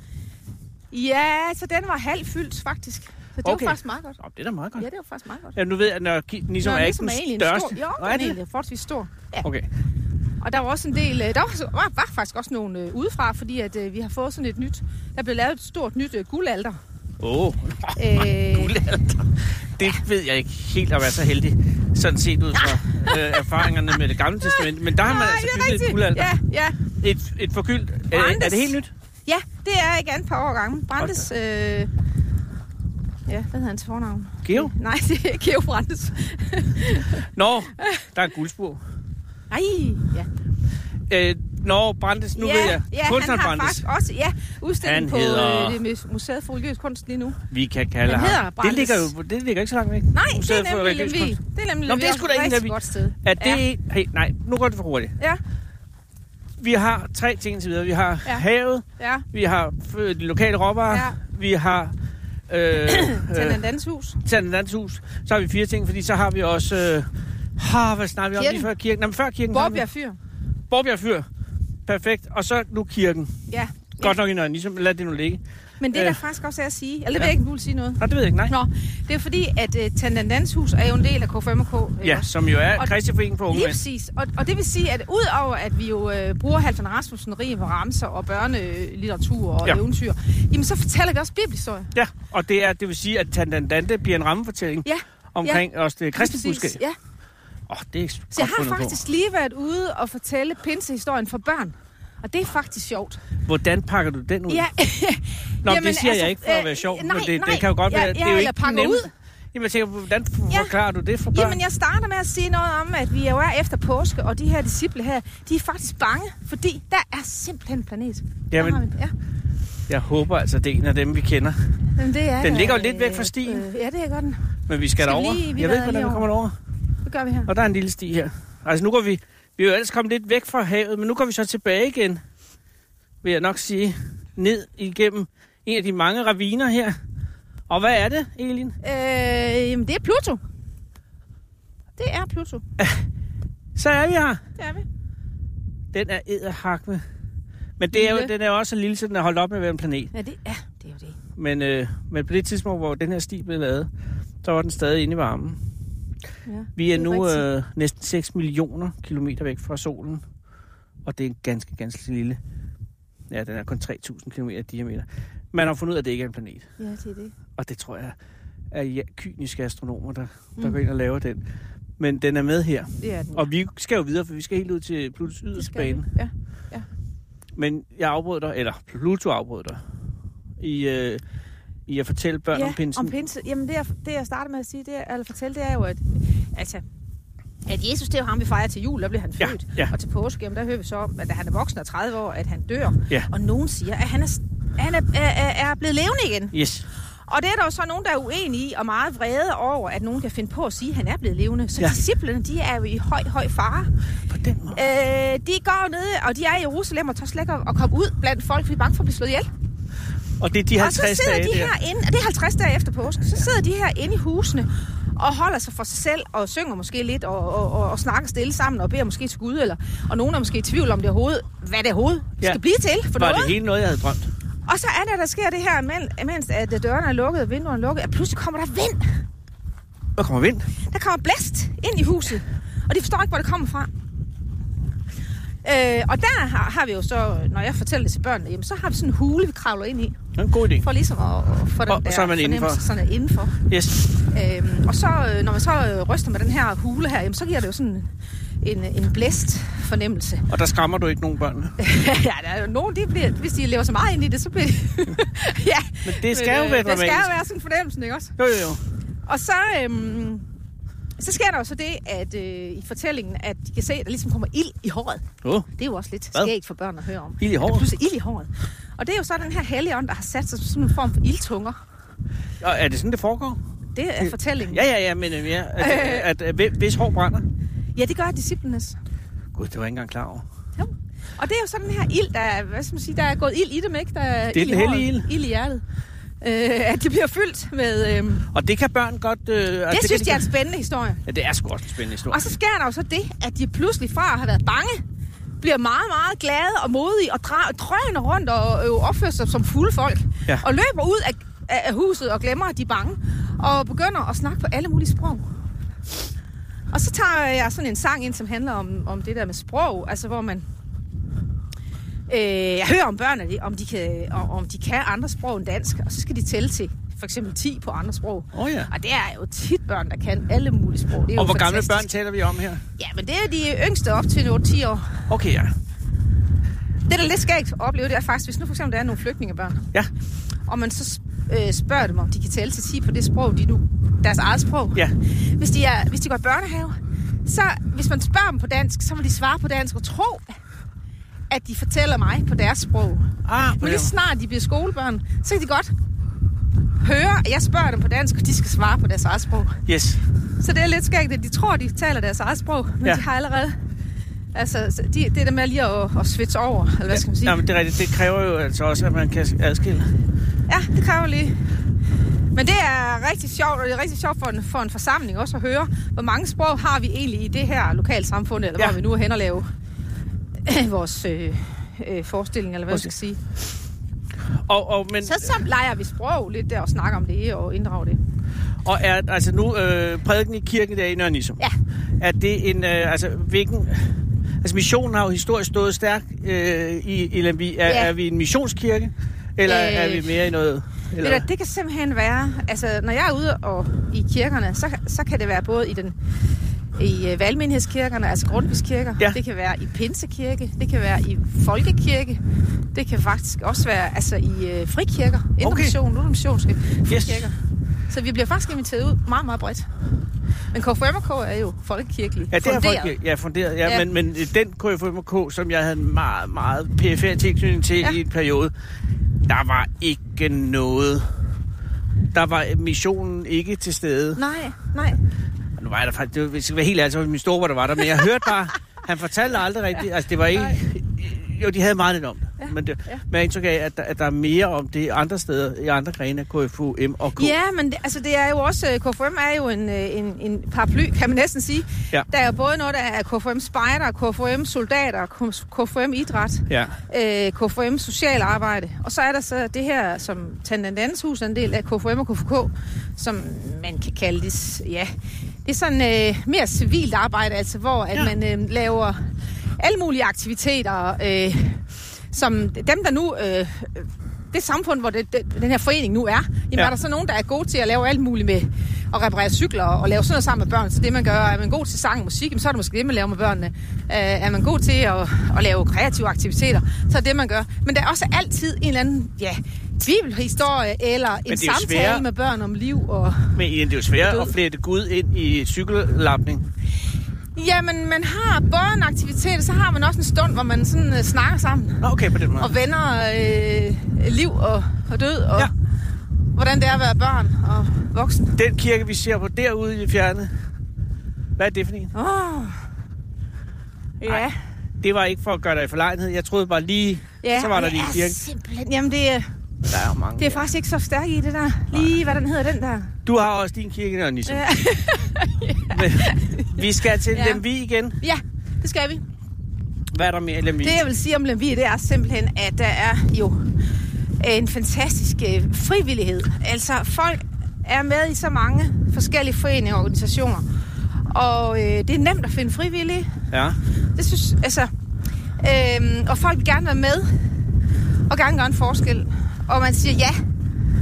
Ja, så den var halvt fyldt, faktisk. Så det okay. Okay. var faktisk meget godt. Nå, det er da meget godt. Ja, Ja. det var faktisk meget godt. Ja, nu ved jeg, at Nørre Nissum er ikke ligesom egentlig den en største. Stor, jo, Nå, den er egentlig forholdsvis stor. Ja. Okay. Og der var også en del, øh, der var, så- var, var faktisk også nogle øh, udefra, fordi at øh, vi har fået sådan et nyt, der blev lavet et stort nyt øh, guldalter. Åh, oh, Øh, guldalder. Det ved jeg ikke helt at være så heldig, sådan set ud fra øh, erfaringerne med det [laughs] gamle testament. Men der har man nej, altså det er bygget et rigtigt. guldalder. Ja, ja. Et, et forgyldt... Øh, er Brandes. det helt nyt? Ja, det er ikke andet par år gammel. Brandes... Øh... Ja, hvad hedder hans fornavn? Geo? Nej, [laughs] det er ikke Geo Brandes. Nå, der er guldspur. Nej, ja. Øh, nå, Brandes, nu ja, ved jeg. Ja, han Kunstneren har Brandes. faktisk også ja, udstilling Han på hedder- øh, det mu- Museet for Religiøs Kunst lige nu. Vi kan kalde Han ham. hedder det Brandes. ligger jo det ligger ikke så langt væk. Nej, Museet det for er nemlig Religiøs Lemvig. Kunst. Det er nemlig Nå, men det er Lemvig. sgu da også ikke et rigtig Lemvig. godt sted. Er det... Ja. Hey, nej, nu går det for hurtigt. Ja, Vi har tre ting indtil videre. Vi har Ja. ja. havet, ja. vi har øh, de lokale råvarer, Ja. ja. vi har... [coughs] Øh, øh, Tandandans hus. Tandens hus. Så har vi fire ting, fordi så har vi også... Øh, ha, hvad snakker vi om Kirken. lige før kirken? Jamen, før kirken. har vi- Borbjerg Fyr. Borbjerg Fyr. Perfekt. Og så nu kirken. Ja. Godt nok i Nørre Nissum. Lad det nu ligge. Men det, der Øh. faktisk også er at sige... Eller det ved Ja. jeg ikke, om du vil sige noget. Nå, det ved jeg ikke. Nej. Nå, det er fordi, at uh, Tandandans hus er jo en del af K5K. ikke Ja, også? som jo er Og- Kristi Forening for unge Lige mænd. præcis. Og, og det vil sige, at udover at vi jo øh, bruger Halvdan Rasmussen, rim og ramser og børnelitteratur og ja. Ja. eventyr, jamen så fortæller vi også bibelhistorie. Ja, og det, er, det vil sige, at Tandandante bliver en rammefortælling Ja, omkring ja. også det kristne lige præcis. budskab. Ja. Åh, det er Så jeg har faktisk lige været ude og fortælle pinsehistorien for børn. Og det er faktisk sjovt. på. Hvordan pakker du den ud? Ja, [laughs] Nå, men det siger jeg ikke for at være sjov, øh, nej, men det, nej. det kan jo godt ja, være... Ja, det er jo eller ikke den pakker nemme- ud. Jamen, jeg tænker, hvordan Ja. ja. forklarer du det for børn? Jamen, jeg starter med at sige noget om, at vi jo er efter påske, og de her disciple her, de er faktisk bange, fordi der er simpelthen en planet. Der Jamen. har vi- ja. jeg håber altså, det er en af dem, vi kender. Jamen, det er Den da, ligger jo lidt væk fra øh, stien. Øh, ja, det er godt. den. Men vi skal, Skal vi derover. lige- vi jeg ved ikke, vader hvordan lige vi kommer derover. Det gør vi her. Og der er en lille sti her. Altså, nu går vi... Vi er jo ellers kommet lidt væk fra havet, men nu går vi så tilbage igen, vil jeg nok sige, ned igennem en af de mange raviner her. Og hvad er det, Elin? Øh, jamen, det er Pluto. Det er Pluto. Så er vi her. Det er vi. Den er edderhakme. Men det er jo, Lille. den er jo også så lille, så den er holdt op med at være en planet. Ja, det er, det er jo det. Men, øh, men på det tidspunkt, hvor den her sti blev lavet, der var den stadig inde i varmen. Ja, Vi er, det nu rigtigt. øh, næsten 6 millioner kilometer væk fra solen, og det er en ganske, ganske lille... Ja, den er kun 3.000 km i diameter. Man har fundet ud af, at det ikke er en planet, Ja, det er det. og det tror jeg er ja, kyniske astronomer, der, der Mm. mm. går ind og laver den. Men den er med her, Det er den. og vi skal jo videre, for vi skal helt ud til Plutos Det skal vi. yderste bane. Ja. Men jeg afbrød dig, eller Pluto afbrød dig, i, øh, i at fortælle børn ja, om pinsen. om pinsen. Jamen, det, jeg, det jeg starter med at sige, det, er- eller fortælle, det er jo, at, altså, at Jesus, det er jo ham, vi fejrer til jul, der bliver han Ja, født. ja. Og til påske, jamen, der hører vi så om, at han er voksen og 30 år, at han dør. Ja. Og nogen siger, at han er, han er, er, er blevet levende igen. Yes. Og det er der jo så nogen, der er uenige i og meget vrede over, at nogen kan finde på at sige, at han er blevet levende. Så ja. Ja. disciplerne, de er jo i høj, høj fare. På den måde. Øh, de går ned, og de er i Jerusalem og tør slet ikke at at komme ud blandt folk, fordi de er bange for at blive slået ihjel. Og det er de Og så 50 sidder dage de der. herinde, og det er 50 dage efter påske, så sidder de her inde i husene og holder sig for sig selv og synger måske lidt og, og, og, og snakker stille sammen og beder måske til Gud, eller, og nogen er måske i tvivl om det overhovedet, hvad det overhovedet ja. Ja. skal blive til Var for noget. det hele noget, jeg havde drømt? Og så er det, der sker det her, imel- mens at øh, dørene er lukket og vinduerne er lukket, at pludselig kommer der vind. Der kommer vind. Der kommer blæst ind i huset, og de forstår ikke, hvor det kommer fra. Øh, og der har, har vi jo så, når jeg fortæller det til børnene, jamen, så har vi sådan en hule, vi kravler ind i, Det er en god idé. for ligesom at, at få den Og der så er man indenfor. fornemmelse sådan, af indenfor. Yes. Øhm, og så, øh, når man så øh, ryster med den her hule her, jamen, så giver det jo sådan en, en blæst fornemmelse. [laughs] Og der skræmmer du ikke nogen børn. ja, der er jo nogen, de bliver, hvis de lever så meget ind i det, så bliver [laughs] de... ja, Men det skal jo være Det skal jo dramatisk. være sådan en fornemmelse, ikke også? Jo, jo, jo. Og så, øhm, så sker der jo så det, at øh, i fortællingen, at de kan se, at der ligesom kommer ild i håret. Oh. Det er jo også lidt Hvad? skægt for børn at høre om. Ild i At Der er håret? pludselig ild i håret. Og det er jo så den her helligånd, der har sat sig som sådan en form for ildtunger. Og er det sådan, det foregår? Det er fortællingen. Ja, ja, ja, men øh, ja, at, at, at, at, hvis hår brænder. ja det gør disciplenes. Gud, det var jeg ikke engang klar over. Jo. Og det er jo sådan den her ild, der, er- hvad skal man sige, der er gået ild i dem, ikke? Der er Det er ild i den håret, hellige ild. Ild i hjertet. Øh, at det bliver fyldt med... Øh, Og det kan børn godt... Øh, altså, det synes kan jeg er en spændende historie. Ja, det er sgu også en spændende historie. Og så sker der jo så det, at de pludselig fra at have været bange, bliver meget, meget glade og modige og dra- drøner rundt og øh, opfører sig som fulde folk. Ja. Og løber ud af, af af huset og glemmer, at de er bange. Og begynder at snakke på alle mulige sprog. Og så tager jeg sådan en sang ind, som handler om, om det der med sprog. Altså hvor man... Øh, jeg hører om børn, at de- om de, kan, om om de kan andre sprog end dansk. Og så skal de tælle til for eksempel 10 på andre sprog. Åh oh, ja. Og det er jo tit børn, der kan alle mulige sprog. Det er Og jo hvor gamle fantastisk. børn taler vi om her? Ja, men det er de yngste op til 8-10 år. Okay, ja. Ah, Det, der er lidt skægt at opleve, det er faktisk, hvis nu for eksempel der er nogle flygtningebørn, Ja, og man så øh, spørger dem, om de kan tælle til 10 på det sprog, de nu, deres eget sprog. ja. Hvis, de er, hvis de går i børnehave, så hvis man spørger dem på dansk, så vil de svare på dansk og tro, at de fortæller mig på deres sprog. Ah, på Men den lige snart de bliver skolebørn, så kan de godt høre, at jeg spørger dem på dansk, og de skal svare på deres eget sprog. måde. Yes. Så det er lidt skægt, at de tror, de taler deres eget sprog, men ja. Ja. de har allerede... Altså, så de, det der med lige at, at switche over, eller hvad skal man sige? Jamen, det er rigtigt. Det kræver jo altså også, at man kan adskille. Ja, det kræver lige. Men det er rigtig sjovt, og det er rigtig sjovt for en, for en forsamling også at høre, hvor mange sprog har vi egentlig i det her lokalsamfund, eller ja. Ja. hvor vi nu er hen og lave vores øh, øh, forestilling, eller hvad Vores- man skal sige. Og, og, men, Så, så leger vi sprog lidt der og snakker om det og inddrager det. og er, altså nu øh, prædiken i kirken i dag i Nørre Nissum. Ja, Er det en, øh, altså hvilken... Altså missionen har jo historisk stået stærk øh, i, i Lemby. Er, Ja. ja. er vi en missionskirke, eller øh, er Øh, vi mere i noget... Eller, Ved du, det kan simpelthen være, altså når jeg er ude og, i kirkerne, så, så kan det være både i den i øh, valgmenighedskirkerne, altså Grundtvigs kirker. Ja. Det kan være i Pinsekirke, det kan være i Folkekirke, det kan faktisk også være altså, i øh, frikirker, Indre Okay. Mission, Lutheran Missionske Yes. frikirker. Så vi bliver faktisk inviteret ud meget, meget bredt. Men KFMK er jo folkekirkeligt Ja, det har funderet. folk, ja, funderet. Ja, ja. Ja. Men, men den KFMK, som jeg havde en meget, meget PFR tilknytning til ja. Ja. i en periode, der var ikke noget... Der var missionen ikke til stede. Nej, nej. Nu var jeg der faktisk, det var, hvis jeg skal være helt ærlig, så var det min storebror, der var der, men jeg hørte bare, han fortalte aldrig rigtigt, altså det var ikke, jo, de havde meget lidt om det. Ja, Ja, men det, ja. men jeg har indtryk af, at der, at der er mere om det andre steder, i andre grene af KFU, M og K. Ja, men det, altså det er jo også, øh, KFM er jo en, øh, en, en paraply, kan man næsten sige. Ja. Der er jo både noget, der er KFM spejder, KFM soldater, KFM idræt, ja. øh, KFM social arbejde. Og så er der så det her, som Tandandans hus er en del af KFM og KFK, som man kan kalde det, ja, det er sådan øh, mere civilt arbejde, altså hvor at Ja. ja. man øh, laver alle mulige aktiviteter, øh, som dem, der nu... Øh, det samfund, hvor det, det, den her forening nu er, jamen Ja. ja. er der så nogen, der er gode til at lave alt muligt med at reparere cykler og lave sådan noget sammen med børn. Så det, man gør, er man god til sang og musik, jamen, så er det måske det, man laver med børnene. Øh, er man god til at, at lave kreative aktiviteter, så er det, man gør. Men der er også altid en eller anden, ja, bibelhistorie eller det er jo en samtale sværere. med børn om liv. Og... Men det er jo svært Du- at flette Gud ind i cykellapning. Jamen, man har både en aktivitet, og så har man også en stund, hvor man sådan øh, snakker sammen. Nå, okay, på den måde. og vender øh, liv og, og død, og Ja. ja. hvordan det er at være barn og voksen. Den kirke, vi ser på derude i det fjerne, hvad er det for en? Oh. Ja. Ah. Ej, Det var ikke for at gøre dig i forlegenhed. Jeg troede bare lige, ja, så var og der det lige en er kirke. Simpelthen. Jamen, det, er- Der er jo mange. det er faktisk ikke så stærkt i det der. Lige, hvad den hedder, den der. Du har også din kirke, der Nisse. Ja. [laughs] Men, vi skal til ja. Ja. Lemvi igen. ja, det skal vi. Hvad er der mere i Lemvi? Det jeg vil sige om Lemvi, det er simpelthen, at der er jo en fantastisk øh, frivillighed. Altså folk er med i så mange forskellige foreninger og organisationer. Og øh, det er nemt at finde frivillige. Ja. Det synes, altså, øhm, og folk vil gerne være med, og gerne gøre en forskel. Og man siger ja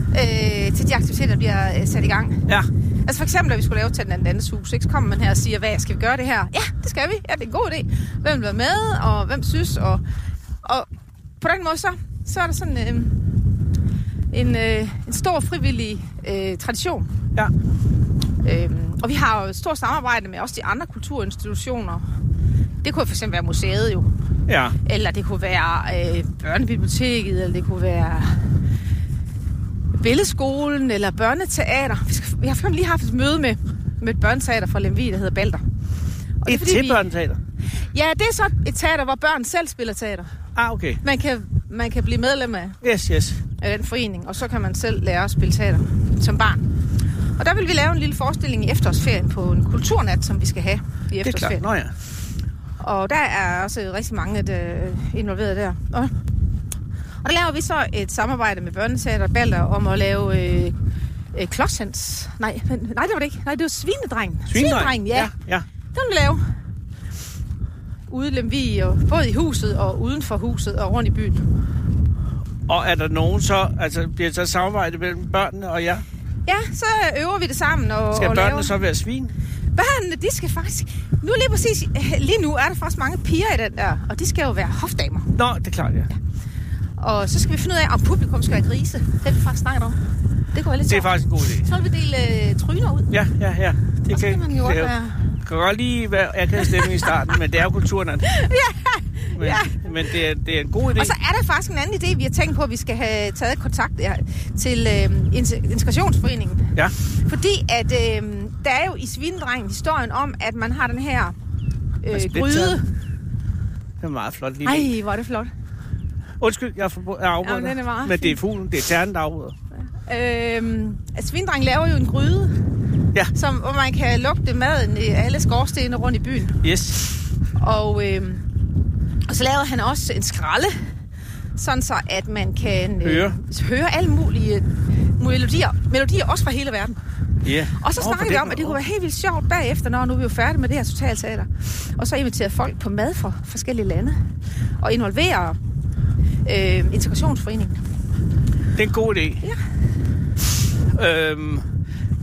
øh, til de aktiviteter, der bliver øh, sat i gang. Ja. Altså for eksempel, at vi skulle lave til den anden andens hus, ikke? så kommer man her og siger, hvad skal vi gøre det her? Ja, det skal vi. Ja, det er en god idé. Hvem vil være med, og hvem synes? Og, og på den måde så, så er der sådan øh, en, øh, en stor frivillig øh, tradition. Ja. Øhm, og vi har jo et stort samarbejde med også de andre kulturinstitutioner. Det kunne for eksempel være museet jo, Ja. eller det kunne være øh, børnebiblioteket, eller det kunne være billedskolen, eller børneteater. Vi, skal, vi har for eksempel lige haft et møde med, med et børneteater fra Lemvi, der hedder Balder. Og Et til børneteater. Ja, det er så et teater, hvor børn selv spiller teater. Ah, okay. Man kan, man kan blive medlem af Yes, yes. af den forening, og så kan man selv lære at spille teater som barn. Og der vil vi lave en lille forestilling i efterårsferien på en kulturnat, som vi skal have i Det er klart. efterårsferien. Nå ja. Og der er også rigtig mange øh, involveret der. Og, og der laver vi så et samarbejde med Børneteater Balder om at lave øh, øh, klodshands. Nej, men, nej, det var det ikke. Nej, det var Svinedrengen. Svinedrengen, ja. ja. ja. Den vil vi lave. Ude i Lemvig, og både i huset og uden for huset og rundt i byen. Og er der nogen så, altså bliver det så et samarbejde mellem børnene og jer? Ja, så øver vi det sammen. Og, Skal og laver... børnene så være svin? Børnene, de skal faktisk... Nu lige præcis... øh, Lige nu er der faktisk mange piger i den der, og de skal jo være hofdamer. Nå, det er klart, ja. Og så skal vi finde ud af, om publikum skal være grise. Det har vi faktisk snakket om. Det kunne være lidt Det er sjovt. faktisk en god idé. Så vil vi dele øh, tryner ud. Ja, ja, ja. Det Og så kan man jo det godt er være... kan godt lige være akavet stemning i starten, men det er jo kulturen. [laughs] ja, men, ja. men det er, det er en god idé. Og så er der faktisk en anden idé, vi har tænkt på, at vi skal have taget kontakt ja, til øh, Inte- Integrationsforeningen. Ja, Fordi at øh, der er jo i Svindrengen historien om, at man har den her øh, Altså, det tager- gryde. det er en meget flot lige. Ej, hvor er det flot. Undskyld, jeg, er forbo- jeg afbryder. Jamen, den er meget men det er fuglen, det er ternen, der afbryder. Øhm, altså, Svindreng laver jo en gryde, Ja. som, hvor man kan lugte maden i alle skorstene rundt i byen. Yes. Og, øhm, og så laver han også en skralde, sådan så at man kan øh, Høre. høre alle mulige øh, melodier, melodier, også fra hele verden. Ja. Og så Nå, snakker på vi den om, at det måde. kunne være helt vildt sjovt bagefter, når nu er vi jo færdige med det her totalteater. Og så inviterer folk på mad fra forskellige lande og involverer øh, integrationsforeningen. Det er en god idé. Ja. Øhm,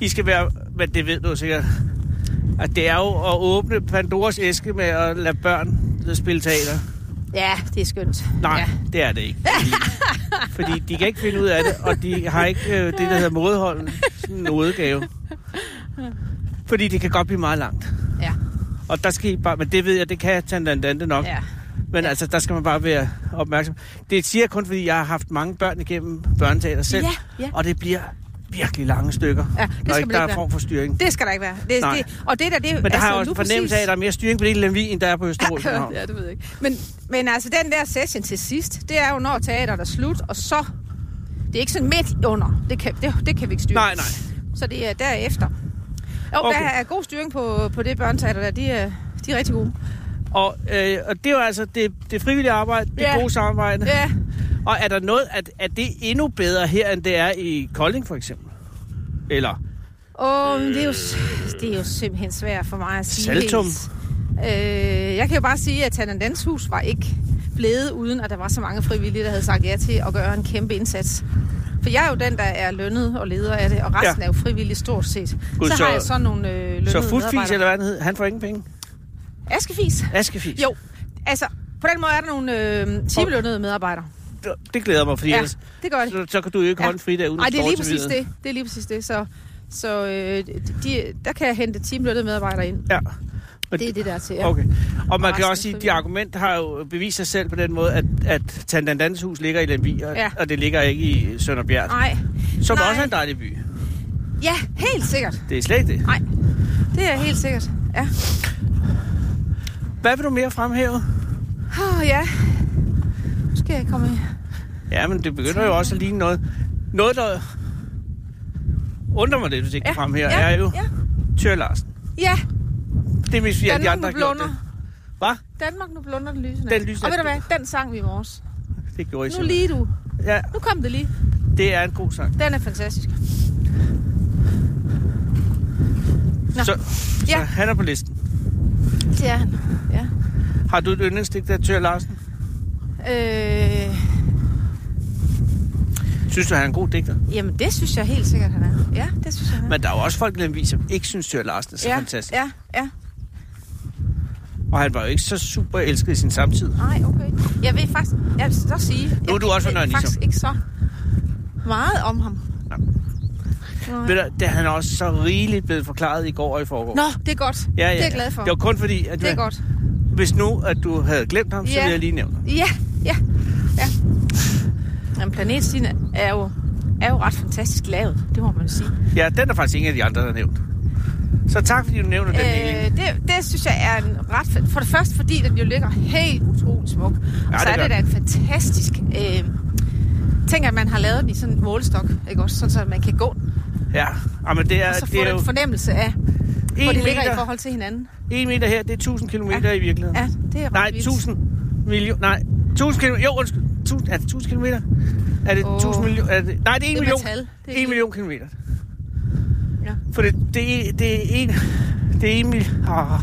I skal være, men det ved du sikkert, at det er jo at åbne Pandoras æske med at lade børn spille teater. Ja, det er skønt. Nej, Ja. ja. det er det ikke. Fordi, fordi de kan ikke finde ud af det, og de har ikke øh, det, der hedder modholden, sådan en udgave. Fordi det kan godt blive meget langt. Ja, Og der skal I bare, men det ved jeg, det kan Tandandante nok. ja. Men altså, der skal man bare være opmærksom. Det siger jeg kun, fordi jeg har haft mange børn igennem børneteater selv. Ja, ja. Og det bliver virkelig lange stykker, Ja, det når skal ikke man der ikke er være. form for styring. Det skal der ikke være. Det, Nej. det, og det der, det Men der altså, har jeg også nu fornemmelse af, præcis- at der er mere styring på det Lemvi, end der [laughs] er på Østerbro. i København. Ja, det ved jeg ikke. Men, men altså, den der session til sidst, det er jo, når teateret er slut, og så... Det er ikke sådan midt under. Det kan, det, det kan vi ikke styre. Nej, nej. Så det er derefter. Jo, okay. Okay. der er god styring på, på det børneteater der. De er, de er rigtig [laughs] gode. Og, øh, og det er jo altså det, det frivillige arbejde, det Ja. gode samarbejde. Ja, Og er der noget, at, at det endnu bedre her, end det er i Kolding for eksempel? Eller og det er, jo, s- det er jo simpelthen svært for mig at sige. Saltum. helt. Øh, jeg kan jo bare sige, at Tanandans hus var ikke blevet, uden at der var så mange frivillige, der havde sagt ja til at gøre en kæmpe indsats. For jeg er jo den, der er lønnet og leder af det, og resten Ja. ja. er jo frivillige stort set. Gud, Gud, så, så- så har jeg sådan nogle øh, lønnede så Futfis, medarbejdere. eller hvad han hed, han får ingen penge. Askefis? Askefis. Jo, altså på den måde er der nogle øh, timelønnede medarbejdere. Det- Det glæder mig, fordi ja. Ja, ellers, det gør det. så, så kan du jo ikke Ja. holde en fridag uden Nej, at det er stå lige til præcis videre. det. Det er lige præcis det. Så, så øh, de, der kan jeg hente timelønnede medarbejdere ind. Ja. Men- Det er det der er til. Ja. Okay. Og man Og kan resten også sige, er at de argument har jo bevist sig selv på den måde, at, at Tandandans hus ligger i Lemby, og, ja. Ja. og det ligger ikke i Sønderbjerg, Nej. som nej. også er en dejlig by. Ja, helt sikkert. Det er slet ikke det. Nej, det er helt sikkert. Ja. Hvad vil du mere fremhæve? Oh, ja. Nu skal jeg komme Ja, men det begynder jo også at ligne noget. Noget, der undrer mig lidt, hvis ikke ja. frem her, ja. er jo ja. Ja, Tør Larsen. ja. Det er mest fordi, at de Danmark andre nu har gjort blunder. det. Hvad? Danmark nu blunder den lyse nat. Den lyse Og ved du nat. hvad, den sang vi i morges. Det gjorde I Nu simpelthen. lige du. Ja, Nu kom det lige. det er en god sang. Den er fantastisk. Så, Nå. så ja. Ja. han er på listen. Det er han. Ja. Har du et yndlingsdigt af Tør Larsen? Øh, Synes du, han er en god digter? jamen, det synes jeg helt sikkert, han er. Ja, det synes jeg, han er. Men der er jo også folk i Lemvig, som ikke synes, Tør Larsen er så ja, ja. fantastisk. Ja, ja. Og han var jo ikke så super elsket i sin samtid. Nej, okay. Jeg ved faktisk... Jeg vil så sige... er jeg du også ved fornøjet, faktisk ligesom. ikke så meget om ham. Nej. Nej. Ved du, det er han også så rigeligt blevet forklaret i går og i forgår. Nå, det er godt. ja, ja, det er jeg ja. glad for. Det var kun fordi, at det er godt. hvis nu at du havde glemt ham, så Ja. ville jeg lige nævne ham. Ja, ja, ja. Jamen, planetstien er jo, er jo ret fantastisk lavet, det må man sige. Ja, den er faktisk ingen af de andre, der er nævnt. Så tak, fordi du nævner øh... den, Elin. Øh, det, det synes jeg er en ret... fa- For det første, fordi den jo ligger helt utrolig smuk. Ja, og så det er gør det da en fantastisk... Øh, tænk, at man har lavet den i sådan en målestok, ikke også? Sådan, så man kan gå den, Ja, ah, men det er, og så få det er jo den fornemmelse af, en hvor det ligger i meter, forhold til hinanden. en meter her, det er 1000 km ja. i virkeligheden. Ja, det er ret nej, vildt. 1000 million, nej, 1000 km, jo, undskyld, 1000, er det 1000 km? Er det Åh. 1000 million, er det, nej, det er 1 Det er million, metal. Det er 1 en- million kilometer. Ja. For det, det, er, det er en, det er en, mil, ah,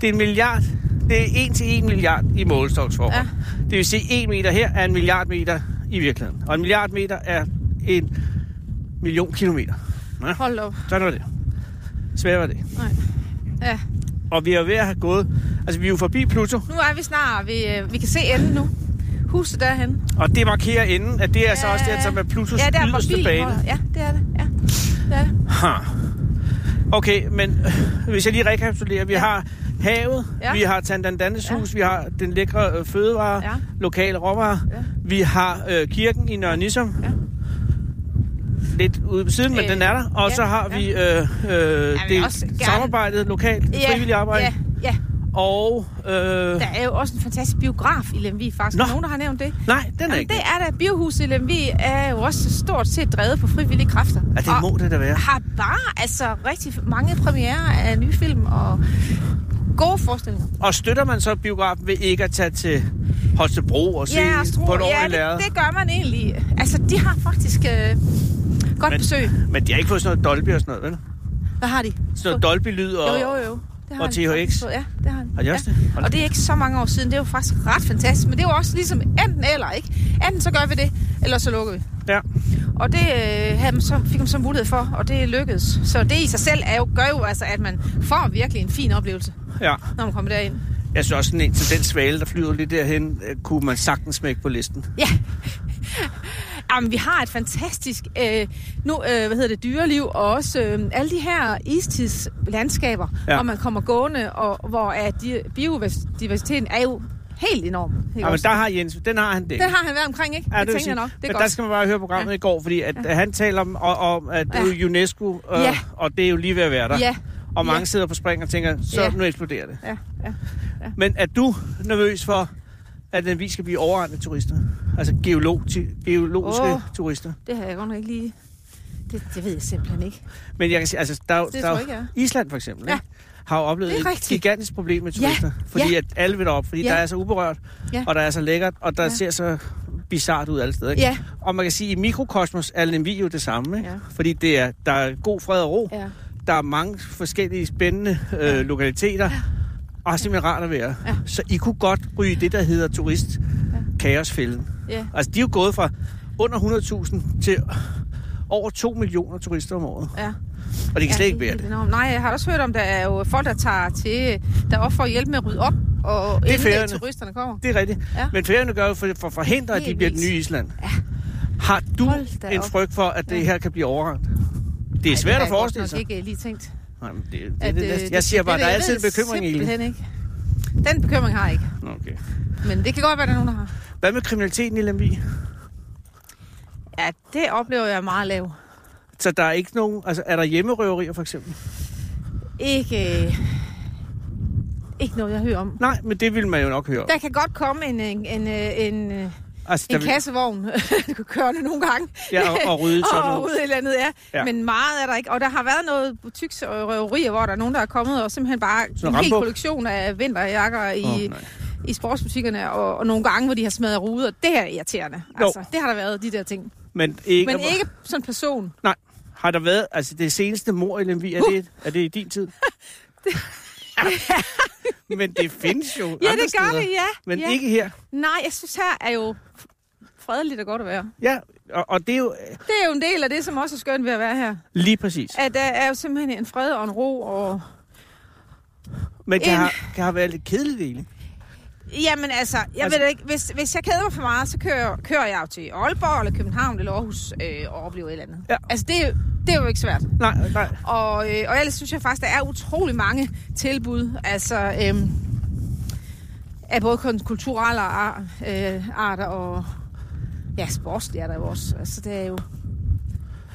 det er en milliard, det er 1 til 1 milliard i målestoksforhold. Ja. Ja. Det vil sige, 1 meter her er en milliard meter i virkeligheden. Og en milliard meter er en million kilometer. Ja, Hold op. sådan var det. Svært var det. Nej. Ja, Og vi er jo ved at have gået, altså vi er jo forbi Pluto, nu er vi snart. Vi, øh, vi kan se enden nu. Huset derhen. og det markerer enden, at det er så Ja. også det, som er Plutos Ja, der hvor yderste bilen bane. holder. Ja, det er det. Ja, det er det. Ha. Okay, men øh, hvis jeg lige rekapitulerer. Vi ja. Ja. har havet, ja. Ja. vi har Tandandandes Ja. hus, vi har den lækre øh, fødevare, ja. Ja. lokale råvarer, ja. Ja. vi har øh, kirken i Nørre Nissum. Ja. Ja. Lidt ude på siden, men Øh, den er der. Og ja, så har ja. vi øh, øh, vil også det gerne- samarbejdet lokalt, Ja, frivilligt arbejde. Ja, ja. Og øh, Der er jo også en fantastisk biograf i Lemvig, faktisk. Nå. Nå. Nogen, der har nævnt det. nej, den er Jamen, ikke. det er der. Biohuset i Lemvig er jo også stort set drevet på frivillige kræfter. Ja, det må og det da være. har bare altså rigtig mange premierer af nye film og gode forestillinger. Og støtter man så biografen ved ikke at tage til Holstebro og se ja, og Struer, på et ja, ordentligt lærred? det, det gør man egentlig. Altså, de har faktisk øh, godt Men- Men... besøg. Men de har ikke fået sådan noget Dolby og sådan noget, vel? Hvad har de? Sådan noget Dolby-lyd og... Jo, jo, jo. Det har og de faktisk THX. fået. Ja, det har de. Har de også ja. det? Hold Og det er ikke så mange år siden. Det er jo faktisk ret fantastisk. Men det er jo også ligesom enten eller, ikke? Enten så gør vi det, eller så lukker vi. Ja. Og det øh, havde man så, fik man så mulighed for, og det lykkedes. Så det i sig selv er jo, gør jo altså, at man får virkelig en fin oplevelse, Ja, når man kommer derind. jeg synes også sådan Ah, en til den svale, der flyver lige derhen, øh, kunne man sagtens smække på listen. Ja. Jamen, vi har et fantastisk øh, nu, øh, hvad hedder det, dyreliv, og også øh, alle de her istidslandskaber, Ja. ja. hvor man kommer gående, og hvor er de, biodiversiteten er jo helt enorm. ikke Ja, men også? der har Jens, den har han det. Den har han været omkring, ikke? Ja, vil det tænker jeg sige- nok. Det er men godt. der skal man bare høre programmet ja. Ja. i går, fordi at, ja. han taler om, og, om at det er jo UNESCO, øh, Ja. og det er jo lige ved at være der. Ja, Og mange Ja. sidder på spring og tænker, så Ja. nu eksploderer det. ja, ja. Men er du nervøs for, at den vi skal blive overrendt af turister? Altså geolog, ti- geologiske oh. Åh. turister. Det har jeg godt nok ikke lige... Det, det ved jeg simpelthen ikke. Men jeg kan sige, altså, der, er jo- Det der, tror er jeg jo- ikke, jeg er. Island for eksempel, Ja. ikke? har jo oplevet Det er et rigtigt. gigantisk problem med Ja, turister. Fordi ja. at alle vil derop, fordi Ja. der er så uberørt, Ja. og der er så lækkert, og der Ja. ser så bizart ud alle steder. Ikke? Ja. Og man kan sige, at i mikrokosmos er Lemvi jo det samme. Ikke? Ja. Fordi det er, der er god fred og ro, Ja. der er mange forskellige spændende øh, lokaliteter, og simpelthen rart at være. Ja. Så I kunne godt ryge i det, der hedder turist kaosfælden. Ja. Altså, de er jo gået fra under 100.000 til over 2 millioner turister om året. Ja. Og de kan ja, slet ikke bære helt det. enormt. Nej, jeg har også hørt om, der er jo folk, der tager til, der er op for at hjælpe med at rydde op, og er det inden færøerne. at turisterne kommer. Det er rigtigt. Ja. Ja. Men færgerne gør jo for, for at forhindre, at de Helt bliver den vildt. nye Island. Ja. Har du Hold da en op. frygt for, at det Ja. her kan blive overrendt? Det er svært at forestille sig. Jeg har jeg godt nok ikke øh, lige tænkt. Nej, men det, det, det, at, det, øh, det, jeg det- siger det- bare, det- der er jeg altid en ved bekymring i det. Simpelthen ikke. Den bekymring har jeg ikke. Nå, Okay. Men det kan godt være, der er nogen, der har. Hvad med kriminaliteten i Lemvi? Ja, det oplever jeg meget lav. Så der er ikke nogen... Altså, er der hjemmerøverier, for eksempel? Ikke, øh, ikke noget, jeg hører om. Nej, men det ville man jo nok høre. om. Der kan godt komme en, en, en, øh, en, øh, altså, en kassevogn [laughs] kørende nogle gange. Ja, og, og rydde sådan [laughs] og noget. ud et eller andet, ja. Ja. ja. Men meget er der ikke. Og der har været noget butiksrøverier, hvor der er nogen, der er kommet og simpelthen bare Sådan en hel Rambuk? kollektion af vinterjakker i, Åh, oh, nej. i sportsbutikkerne, og, og nogle gange, hvor de har smadret ruder. Det er irriterende. Jo. Altså, det har der været, de der ting. men ikke, Men ikke som person. Nej. Har der været... Altså, det seneste mor i Lemvi, Uh! er, det, er det i din [laughs] tid? [laughs] men det findes jo [laughs] Ja, andre det gør steder. det, ja. Men ja. ikke her. Nej, jeg synes, her er jo fredeligt og godt at være. Ja, og, og det er jo øh, Det er jo en del af det, som også er skønt ved at være her. lige præcis. At der er jo simpelthen en fred og en ro, og Men kan, en- have, kan have været lidt kedeligt, egentlig. Jamen altså, jeg Altså- altså, ved det ikke, hvis, hvis jeg keder mig for meget, så kører, kører jeg jo til Aalborg eller København eller Aarhus øh, og oplever et eller andet. Ja. Altså, det, er jo- det er jo ikke svært. Nej, nej. Og, øh, og ellers synes jeg faktisk, der er utrolig mange tilbud, altså øh, af både kun- kulturelle ar, øh, arter og ja, sportslige er der jo også. Altså, det er jo...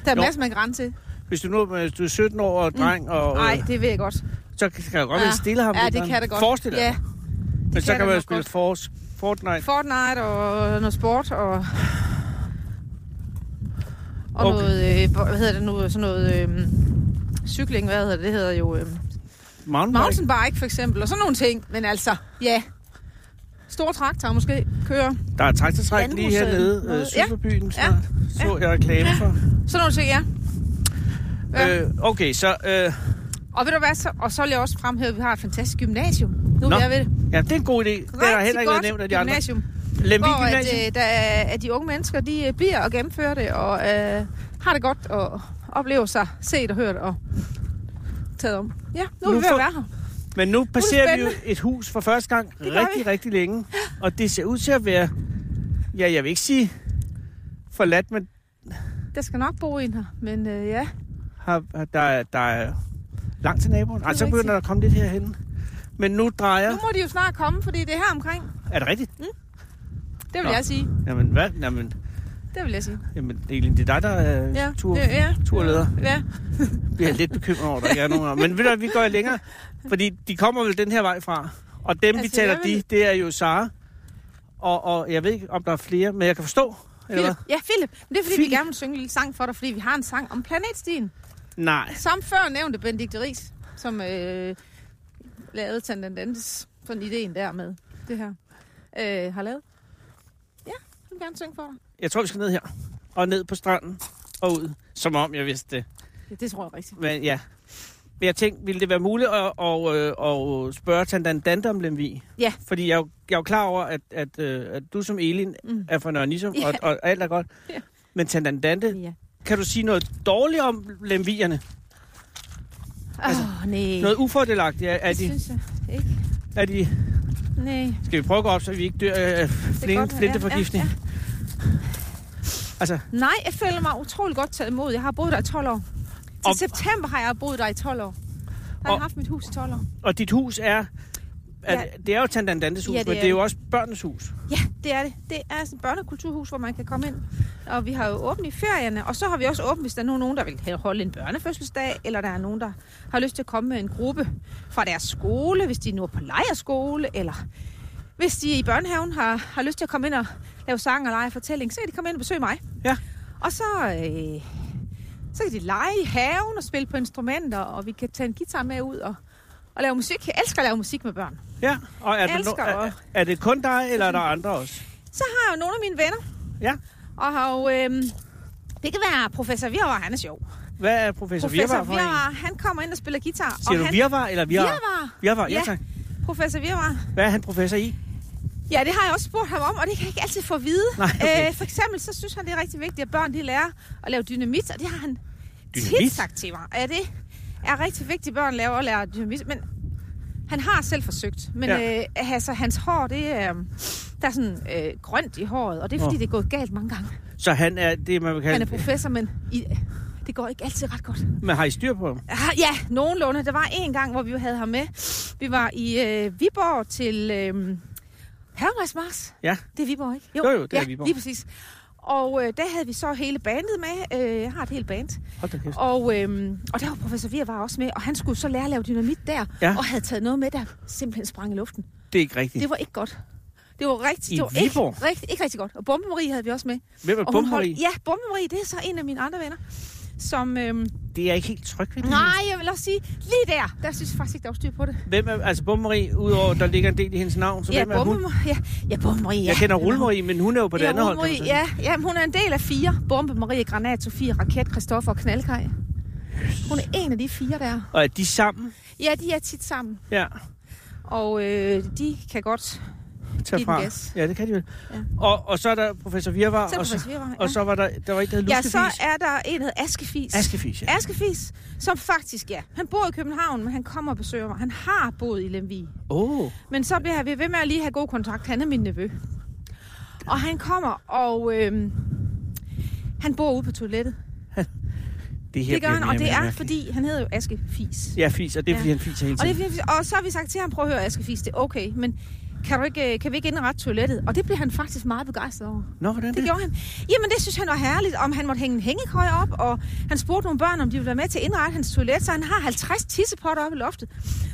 Der er Jo. masser, man kan rende til. Hvis du nu hvis du er 17 år og dreng, og, øh, Mm. Nej, det ved jeg godt. så kan kan jeg godt være stille ham. ja, det kan det godt. Forestil dig. ja, Men så kan kan det man jo nok spille godt. Force, Fortnite. Fortnite og noget sport og... Og Okay. okay. noget, øh, hvor- hvad hedder det nu, sådan noget øh, cykling, hvad hedder det, det hedder jo øh, Mountainbike. mountainbike for eksempel, og sådan nogle ting, men altså, ja. Stor traktor måske kører. Der er traktortræk lige Landbrugs- hernede, øh, noget. syd Ja. for byen, Ja. snart. så jeg reklame for. Sådan nogle ting, ja. ja. Øh. Øh, okay, så... Øh, Og ved du hvad, så, og så vil jeg også fremhæve, at vi har et fantastisk gymnasium. Nu Nå. er jeg ved det. ja, det er en god idé. Det har heller ikke været godt nævnt af de andre. gymnasium, Lemvig hvor at, Gymnasium. øh, der, er- at de unge mennesker, de øh, bliver og gennemfører det, og øh, har det godt, og oplever sig set og hørt og taget om. Ja, nu er Nu vi ved får- at være her. Men nu passerer vi jo spændende. et hus for første gang gør rigtig, vi. rigtig længe. Og det ser ud til at være... Ja, jeg vil ikke sige forladt, men Der skal nok bo en her, men øh, ja. har, har- der, er- der er langt til naboen. Altså, så rigtigt. begynder der at komme lidt herhen. Men nu Nu drejer... må de jo snart komme, fordi det er her omkring. Er det rigtigt? Det vil Nå. Nå. jeg sige. Jamen, hvad? Jamen, Det vil jeg sige. jamen Elin, det er dig, der er Ja, tur. det, ja. turleder. Ja. bliver jeg lidt bekymret over, at der ikke er nogen af dem. Men ved du, hvad, vi går længere, fordi de kommer vel den her vej fra. Og dem, altså, vi Altså, taler jeg de, vil- det er jo Sara. Og, og jeg ved ikke, om der er flere, men jeg kan forstå. Eller hvad? Philip. Ja, Philip. Men det er fordi, Philip. vi gerne vil synge en lille sang for dig, fordi vi har en sang om planetstien. Nej. Som før nævnte Benedikte Ries, som øh, lavede Tandandantes, sådan ideen der med det her, øh, har lavet. Ja, jeg vil gerne synge for dig. Jeg tror, vi skal ned her. Og ned på stranden. Og ud. Som om jeg vidste det. Ja, det tror jeg rigtigt. Men ja. Men jeg tænkte, ville det være muligt at, og, øh, at spørge Tandan Dante om Lemvi? Ja. Fordi jeg er jo, jeg er jo klar over, at, at, øh, at du som Elin mm. Mm. er fra Nørre Nissum, Ja. og, og alt er godt. Ja. Men Tandan Dante, Ja. kan du sige noget dårligt om Lemvierne? Åh, oh, nej. Noget ufordelagtigt er, er, det de, synes jeg ikke. er de... Nej. Skal vi prøve at gå op, så vi ikke dør af øh, flin, godt, ja, flinteforgiftning? Ja, ja, ja. Altså, Nej, jeg føler mig utrolig godt taget imod. Jeg har boet der i 12 år. Til Og- og... september har jeg boet der i 12 år. Der har jeg Og- haft mit hus i 12 år. og dit hus er... Er, Ja. Det er jo Tandandantes hus, Ja, ja, det men er det er jo det. også børnenes hus. Ja, det er det. Det er sådan et børnekulturhus, hvor man kan komme ind. Og vi har jo åbent i ferierne, og så har vi også åbent, hvis der er nu nogen, der vil have- holde en børnefødselsdag, eller der er nogen, der har lyst til at komme med en gruppe fra deres skole, hvis de nu er på lejerskole, eller hvis de i børnehaven har, har lyst til at komme ind og lave sang og lege og fortælling, så kan de komme ind og besøge mig. Ja. Og så, øh, så kan de lege i haven og spille på instrumenter, og vi kan tage en guitar med ud og, og lave musik. Jeg elsker at lave musik med børn. Ja, og er, det, Elsker no- er, at- er det kun dig, eller er der andre også? Så har jeg jo nogle af mine venner, Ja. Og har jo, øhm, det kan være professor Virvar, han er sjov. Hvad er professor, professor Virvar for en? Virvar, han kommer ind og spiller guitar. Siger og du han, Virvar eller Virvar? Virvar. Virvar, ja, Ja. tak. Professor Virvar. Hvad er han professor i? Ja, det har jeg også spurgt ham om, og det kan jeg ikke altid få at vide. Nej, okay. øh, for eksempel, så synes han, det er rigtig vigtigt, at børn de lærer at lave dynamit, og det har han Dynamit? tit sagt til mig. Ja, det er rigtig vigtigt, at børn laver at lære dynamit, men han har selv forsøgt. Men Ja. ja. øh, altså, hans hår, det er, øh, der er sådan øh, grønt i håret, og det er, fordi Nå. det er gået galt mange gange. Så han er det, man vil Han kalde... er professor, men i, det går ikke altid ret godt. Men har I styr på ham? Ah, Ja, nogenlunde. Der var en gang, hvor vi jo havde ham med. Vi var i øh, Viborg til øh, Paradise Ja. Det er Viborg, ikke? Jo, jo, det er ja, Viborg. lige præcis. Og øh, der havde vi så hele bandet med. Øh, jeg har et helt band. Hold da kæft. Og, øh, og der var professor Vier var også med, og han skulle så lære at lave dynamit der. Ja. Og havde taget noget med, der simpelthen sprang i luften. Det er ikke rigtigt. Det var ikke godt. Det var rigtig, I det var Viborg? ikke, rigtig, ikke rigtig godt. Og Bombe Marie havde vi også med. Hvem er Og hun Bum holdt- Marie? Ja, Bombe Marie, det er så en af mine andre venner, som... Øhm, Det er jeg ikke helt tryg ved. det her. Nej, jeg vil også sige, lige der, der synes jeg faktisk ikke, der var styr på det. Hvem er, altså Bum Marie, udover der ligger en del i hendes navn, så ja, hvem er hun? Bombe Ja, ja, Bombe Marie, ja. Jeg kender Eller Rulle hun- Marie, men hun er jo på det ja, andet hold. Rulle Marie, kan man sige. Ja, ja, hun er en del af fire. Bombe Marie, Granat, Sofie, Raket, Christoffer og Knaldkaj. Hun er en af de fire der. Og er de sammen? Ja, de er tit sammen, Ja, og øh, de kan godt... tag Giv den fra. gas. Ja, det kan de vel. Ja. Og, og så er der professor Virvar, Så er og, professor Virvar, ja. og så var der, der var ikke, der hed Ja, så Luskefis. er der en, der hedder Askefis. Askefis, ja. Askefis, som faktisk, ja, han bor i København, men han kommer og besøger mig. Han har boet i Lemvig. Åh, oh, Men så bliver vi ved med at lige have god kontakt. Han er min nevø. Og han kommer, og øhm, han bor ude på toilettet. det her Det gør bliver han, og mere det mere er, mærkeligt. fordi han hedder jo Aske Fis. Ja, fis, og det er, fordi Ja. han fiser hele Og, det, er tiden. fordi- og så har vi sagt til ham, prøv at høre, Aske Fis, det er okay, men kan, du ikke, øh, kan vi ikke indrette toilettet? Og det blev han faktisk meget begejstret over. Nå, hvordan Det det? gjorde han. Jamen, det synes han var herligt, om han måtte hænge en hængekøj op, og han spurgte nogle børn, om de ville være med til at indrette hans toilet, så han har 50 tissepotter oppe i loftet.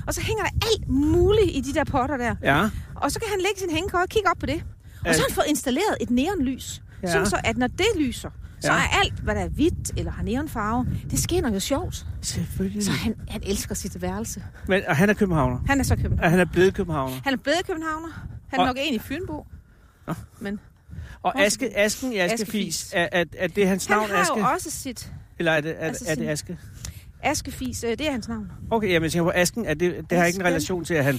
Og så hænger der alt muligt i de der potter der. Ja, Og så kan han lægge sin hængekøje og kigge op på det. Og så har han fået installeret et neonlys. Ja. Ja. Sådan så, at når det lyser, så Ja. er alt, hvad der er hvidt eller har neonfarve, det skinner jo sjovt. selvfølgelig. Så han, han elsker sit værelse. Men, og han er københavner. Han er så københavner. Og han er blevet københavner. Han er blevet københavner. Han er Og- nok egentlig Fynbo. Nå. Men Og Aske, Asken i Askefis, Askefis. er, er, er det hans han navn, har Aske? jo også sit Eller er det, er, altså er det sin- Aske? askefis. øh, Det er hans navn. Okay, jamen, jeg tænker på Asken, er det, det har ikke en Asken. relation til, at han,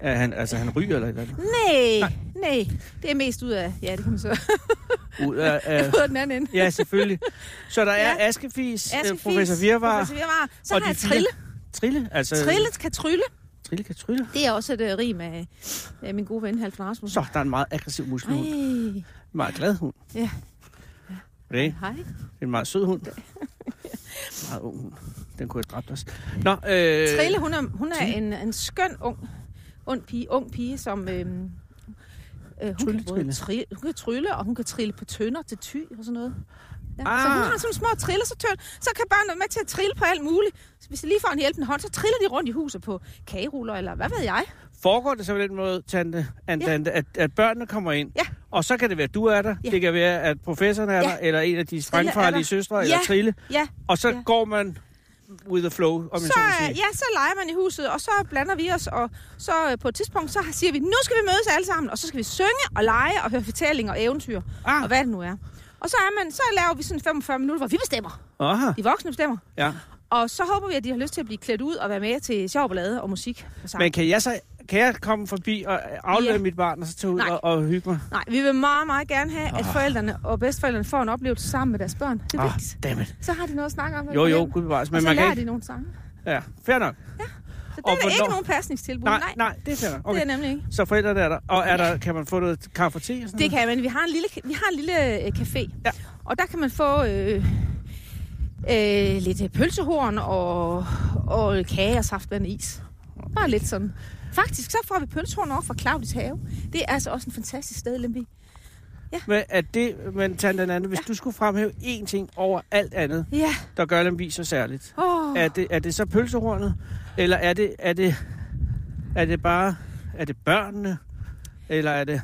at han, altså, han ryger eller et eller andet? Nej, nej, nej. Det er mest ud af... Ja, det kan man så... Ud af, [laughs] af, Ud af den anden ende. ja, selvfølgelig. Så der er Ja. Askefis, øh, Askefis, professor Virvar, Professor Virvar. Så og har de jeg fire- Trille. Trille, altså... Trille kan trylle. Trille kan trylle. Det er også et øh, rim af, af min gode ven, Halvdan Rasmussen. Så, der er en meget aggressiv muskelhund. Ej, En meget glad hund. Ja. Det er hej. en meget sød [laughs] hund. meget ung hund. Den kunne have dræbt os. Nå, øh, Trille, hun er, hun er en, en skøn ung, ung pige, ung pige som... Øhm, øh, hun, kan både Trylletrille. tri, hun kan trylle, og hun kan trille på tønder til ty og sådan noget. Ja. Ah. Så Ah. hun har sådan små triller, så tøn, så kan børnene være med til at trille på alt muligt. Så Hvis de lige får en hjælpende hånd, så triller de rundt i huset på kageruller, eller hvad ved jeg. Foregår det så på den måde, tante, antante, ja. at, at børnene kommer ind, Ja. og så kan det være, at du er der, ja. Ja. det kan være, at professoren er ja. Ja. der, eller en af de er strengfarlige der. søstre, Ja. eller Trille, Ja, og så ja. Ja. går man with the flow, om jeg så, så, så må sige. ja, så leger man i huset, og så blander vi os, og så øh, på et tidspunkt, så siger vi, nu skal vi mødes alle sammen, og så skal vi synge og lege og høre fortællinger og eventyr, Ah. ah. og hvad det nu er. Og så, er man, så laver vi sådan 45 minutter, hvor vi bestemmer. Aha, De voksne bestemmer. ja. Og så håber vi, at de har lyst til at blive klædt ud og være med til sjov ballade og musik. Og sang. Men kan jeg så kan jeg komme forbi og aflevere ja. Ja. mit barn, og så tage ud Nej. og, og hygge mig? Nej, vi vil meget, meget gerne have, at forældrene og bedsteforældrene får en oplevelse sammen med deres børn. Det er Ah, vigtigt. dammit. Så har de noget at snakke om. når de Jo, jo, kommer hjem. gud bevares. Og Men så man kan lærer ikke... de nogle sange. Ja, fair nok. Så det Og er der ikke hvornår- nogen pasningstilbud. Nej, nej, det er fair nok. det Okay. er nemlig ikke. Så Mm. forældrene er der. Og er der, kan man få noget kaffe og te? Og sådan Det kan man. Vi har en lille, vi har en lille øh, café. Ja. Og der kan man få øh, øh, lidt pølsehorn og, og kage og saftvand og is. Bare lidt sådan. Faktisk, så får vi pølsehorn over fra Claudis have. Det er altså også en fantastisk sted, Lemby. Men, at det, men tante Nana, hvis ja. du skulle fremhæve én ting over alt andet, Ja. der gør Lemvig så særligt, Oh. er det, er det så pølsehornet, eller er det, er det, er det bare er det børnene, eller er det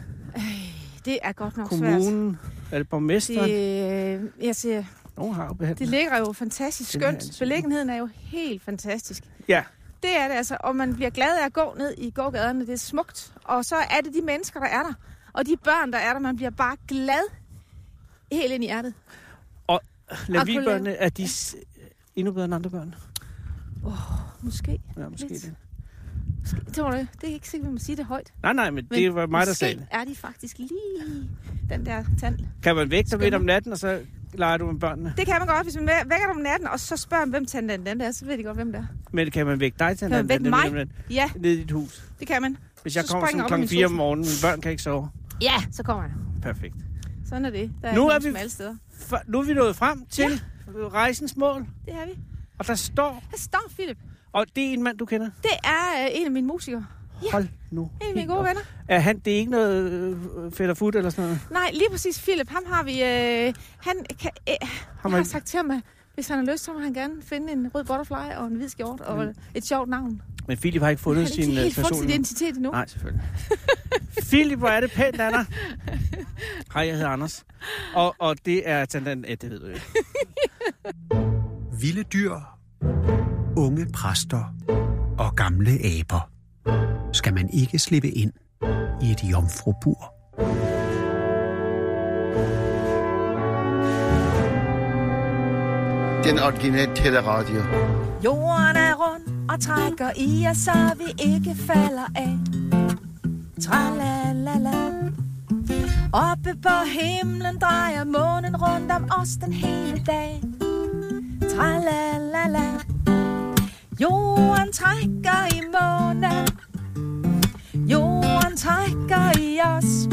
Det er godt nok svært. kommunen, er det borgmesteren? Det... Det, øh, jeg siger, Nogen har jo det behandlet. ligger jo fantastisk Den her skønt. ansigt. Beliggenheden er jo helt fantastisk. Ja, Det er det altså, og man bliver glad af at gå ned i gågaderne, det er smukt. Og så er det de mennesker, der er der, og de børn, der er der, man bliver bare glad helt ind i hjertet. Lemvigbørnene, er de s- endnu bedre end andre børn? Måske, Ja, måske Lidt. det. måske. Det, var det. det er ikke sikkert, vi må sige det højt. Nej, nej, men, men det var mig, der sagde det. Måske er de faktisk lige den der tand. Kan man vække dig midt Skønne. om natten, og så leger du med børnene? Det kan man godt, hvis man væ- vækker dem om natten, og så spørger man, hvem tanden den er, så ved de godt, hvem det er. Men kan man vække dig til Kan man vække mig? Ja, Nede i dit hus. det kan man. Hvis jeg Så kommer springer sådan jeg op i klokken min 4 om sofa. morgenen, mine børn kan ikke sove. Ja, så kommer jeg. Perfekt. Sådan er det. Der er Nu nu er er vi- vi... alle steder. For, nu er vi nået frem til ja. rejsens mål, Det er vi. og der står... Her står Philip. Og det er en mand, du kender. Det er øh, en af mine musikere. Ja. Hold nu. En af mine helt gode op. venner. Er han, det er ikke noget øh, fedt og fut eller sådan noget? Nej, lige præcis Philip. Ham har vi... Øh, han kan, øh, Har jeg har man, sagt til ham, at hvis han har lyst, så må han gerne finde en rød butterfly og en hvid skjort og et sjovt navn. men Philip har ikke Han fundet har ikke sin øh, helt fundet sin personlige... identitet endnu. Nej, [laughs] selvfølgelig. Philip, hvor er det pænt, Anna. Hej, jeg hedder Anders. Og, og det er Tandan... Ja, det ved du ikke. Vilde dyr, unge præster og gamle aber skal man ikke slippe ind i et jomfrubur. Den originale teleradio. Jorden er rund og trækker i os, så vi ikke falder af. Tralalala. Oppe på himlen drejer månen rundt om os den hele dag. Tralalala. Jorden trækker i månen. Jorden trækker i os.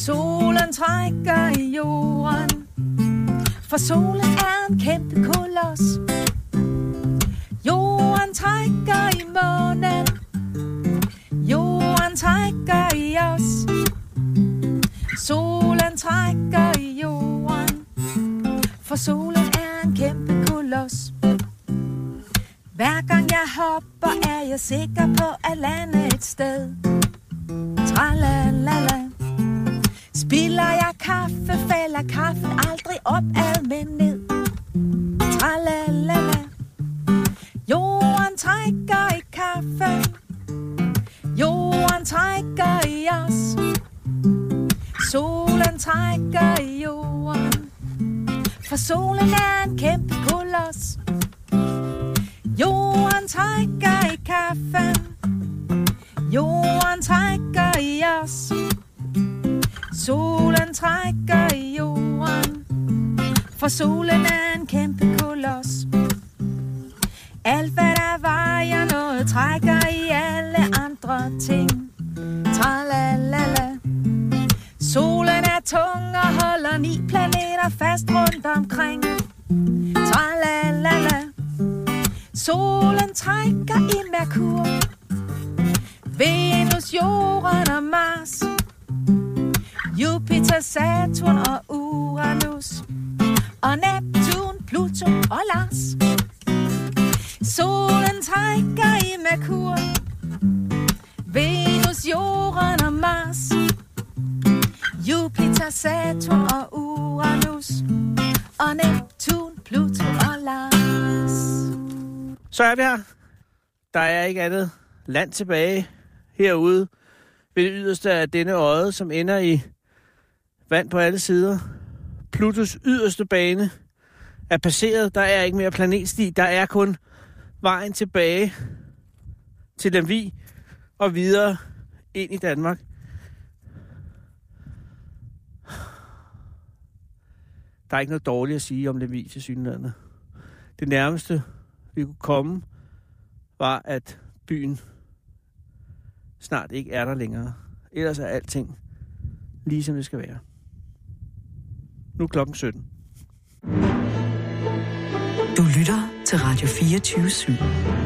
Solen trækker i jorden. For solen er en kæmpe koloss. Jorden trækker i månen Jorden trækker i os Solen trækker i jorden For solen er en kæmpe koloss Hver gang jeg hopper er jeg sikker på at lande et sted Tralalala Spiller jeg kaffe, falder kaffen aldrig opad, men ned Tralalala Jorden trækker i kaffen. Jorden trækker i os. Solen trækker i jorden. For solen er en kæmpe koloss. Jorden trækker i kaffen. Jorden trækker i os. Solen trækker i jorden. For solen er en kæmpe koloss. Alt hvad der vejer noget trækker i alle andre ting Tralalala Solen er tung og holder ni planeter fast rundt omkring Tralalala Solen trækker i Merkur Venus, Jorden og Mars Jupiter, Saturn og Uranus Og Neptun, Pluto og Lars Solen trækker i Merkur Venus, Jorden og Mars Jupiter, Saturn og Uranus Og Neptun, Pluto og Lars Så er vi her. Der er ikke andet land tilbage herude ved det yderste af denne øje, som ender i vand på alle sider. Plutos yderste bane er passeret. Der er ikke mere planetsti. Der er kun vejen tilbage til Lemvig og videre ind i Danmark. Der er ikke noget dårligt at sige om Lemvig til synlandet. Det nærmeste vi kunne komme, var, at byen snart ikke er der længere. Ellers er alting lige som det skal være. Nu er klokken 17. Du lytter til Radio 24 /7.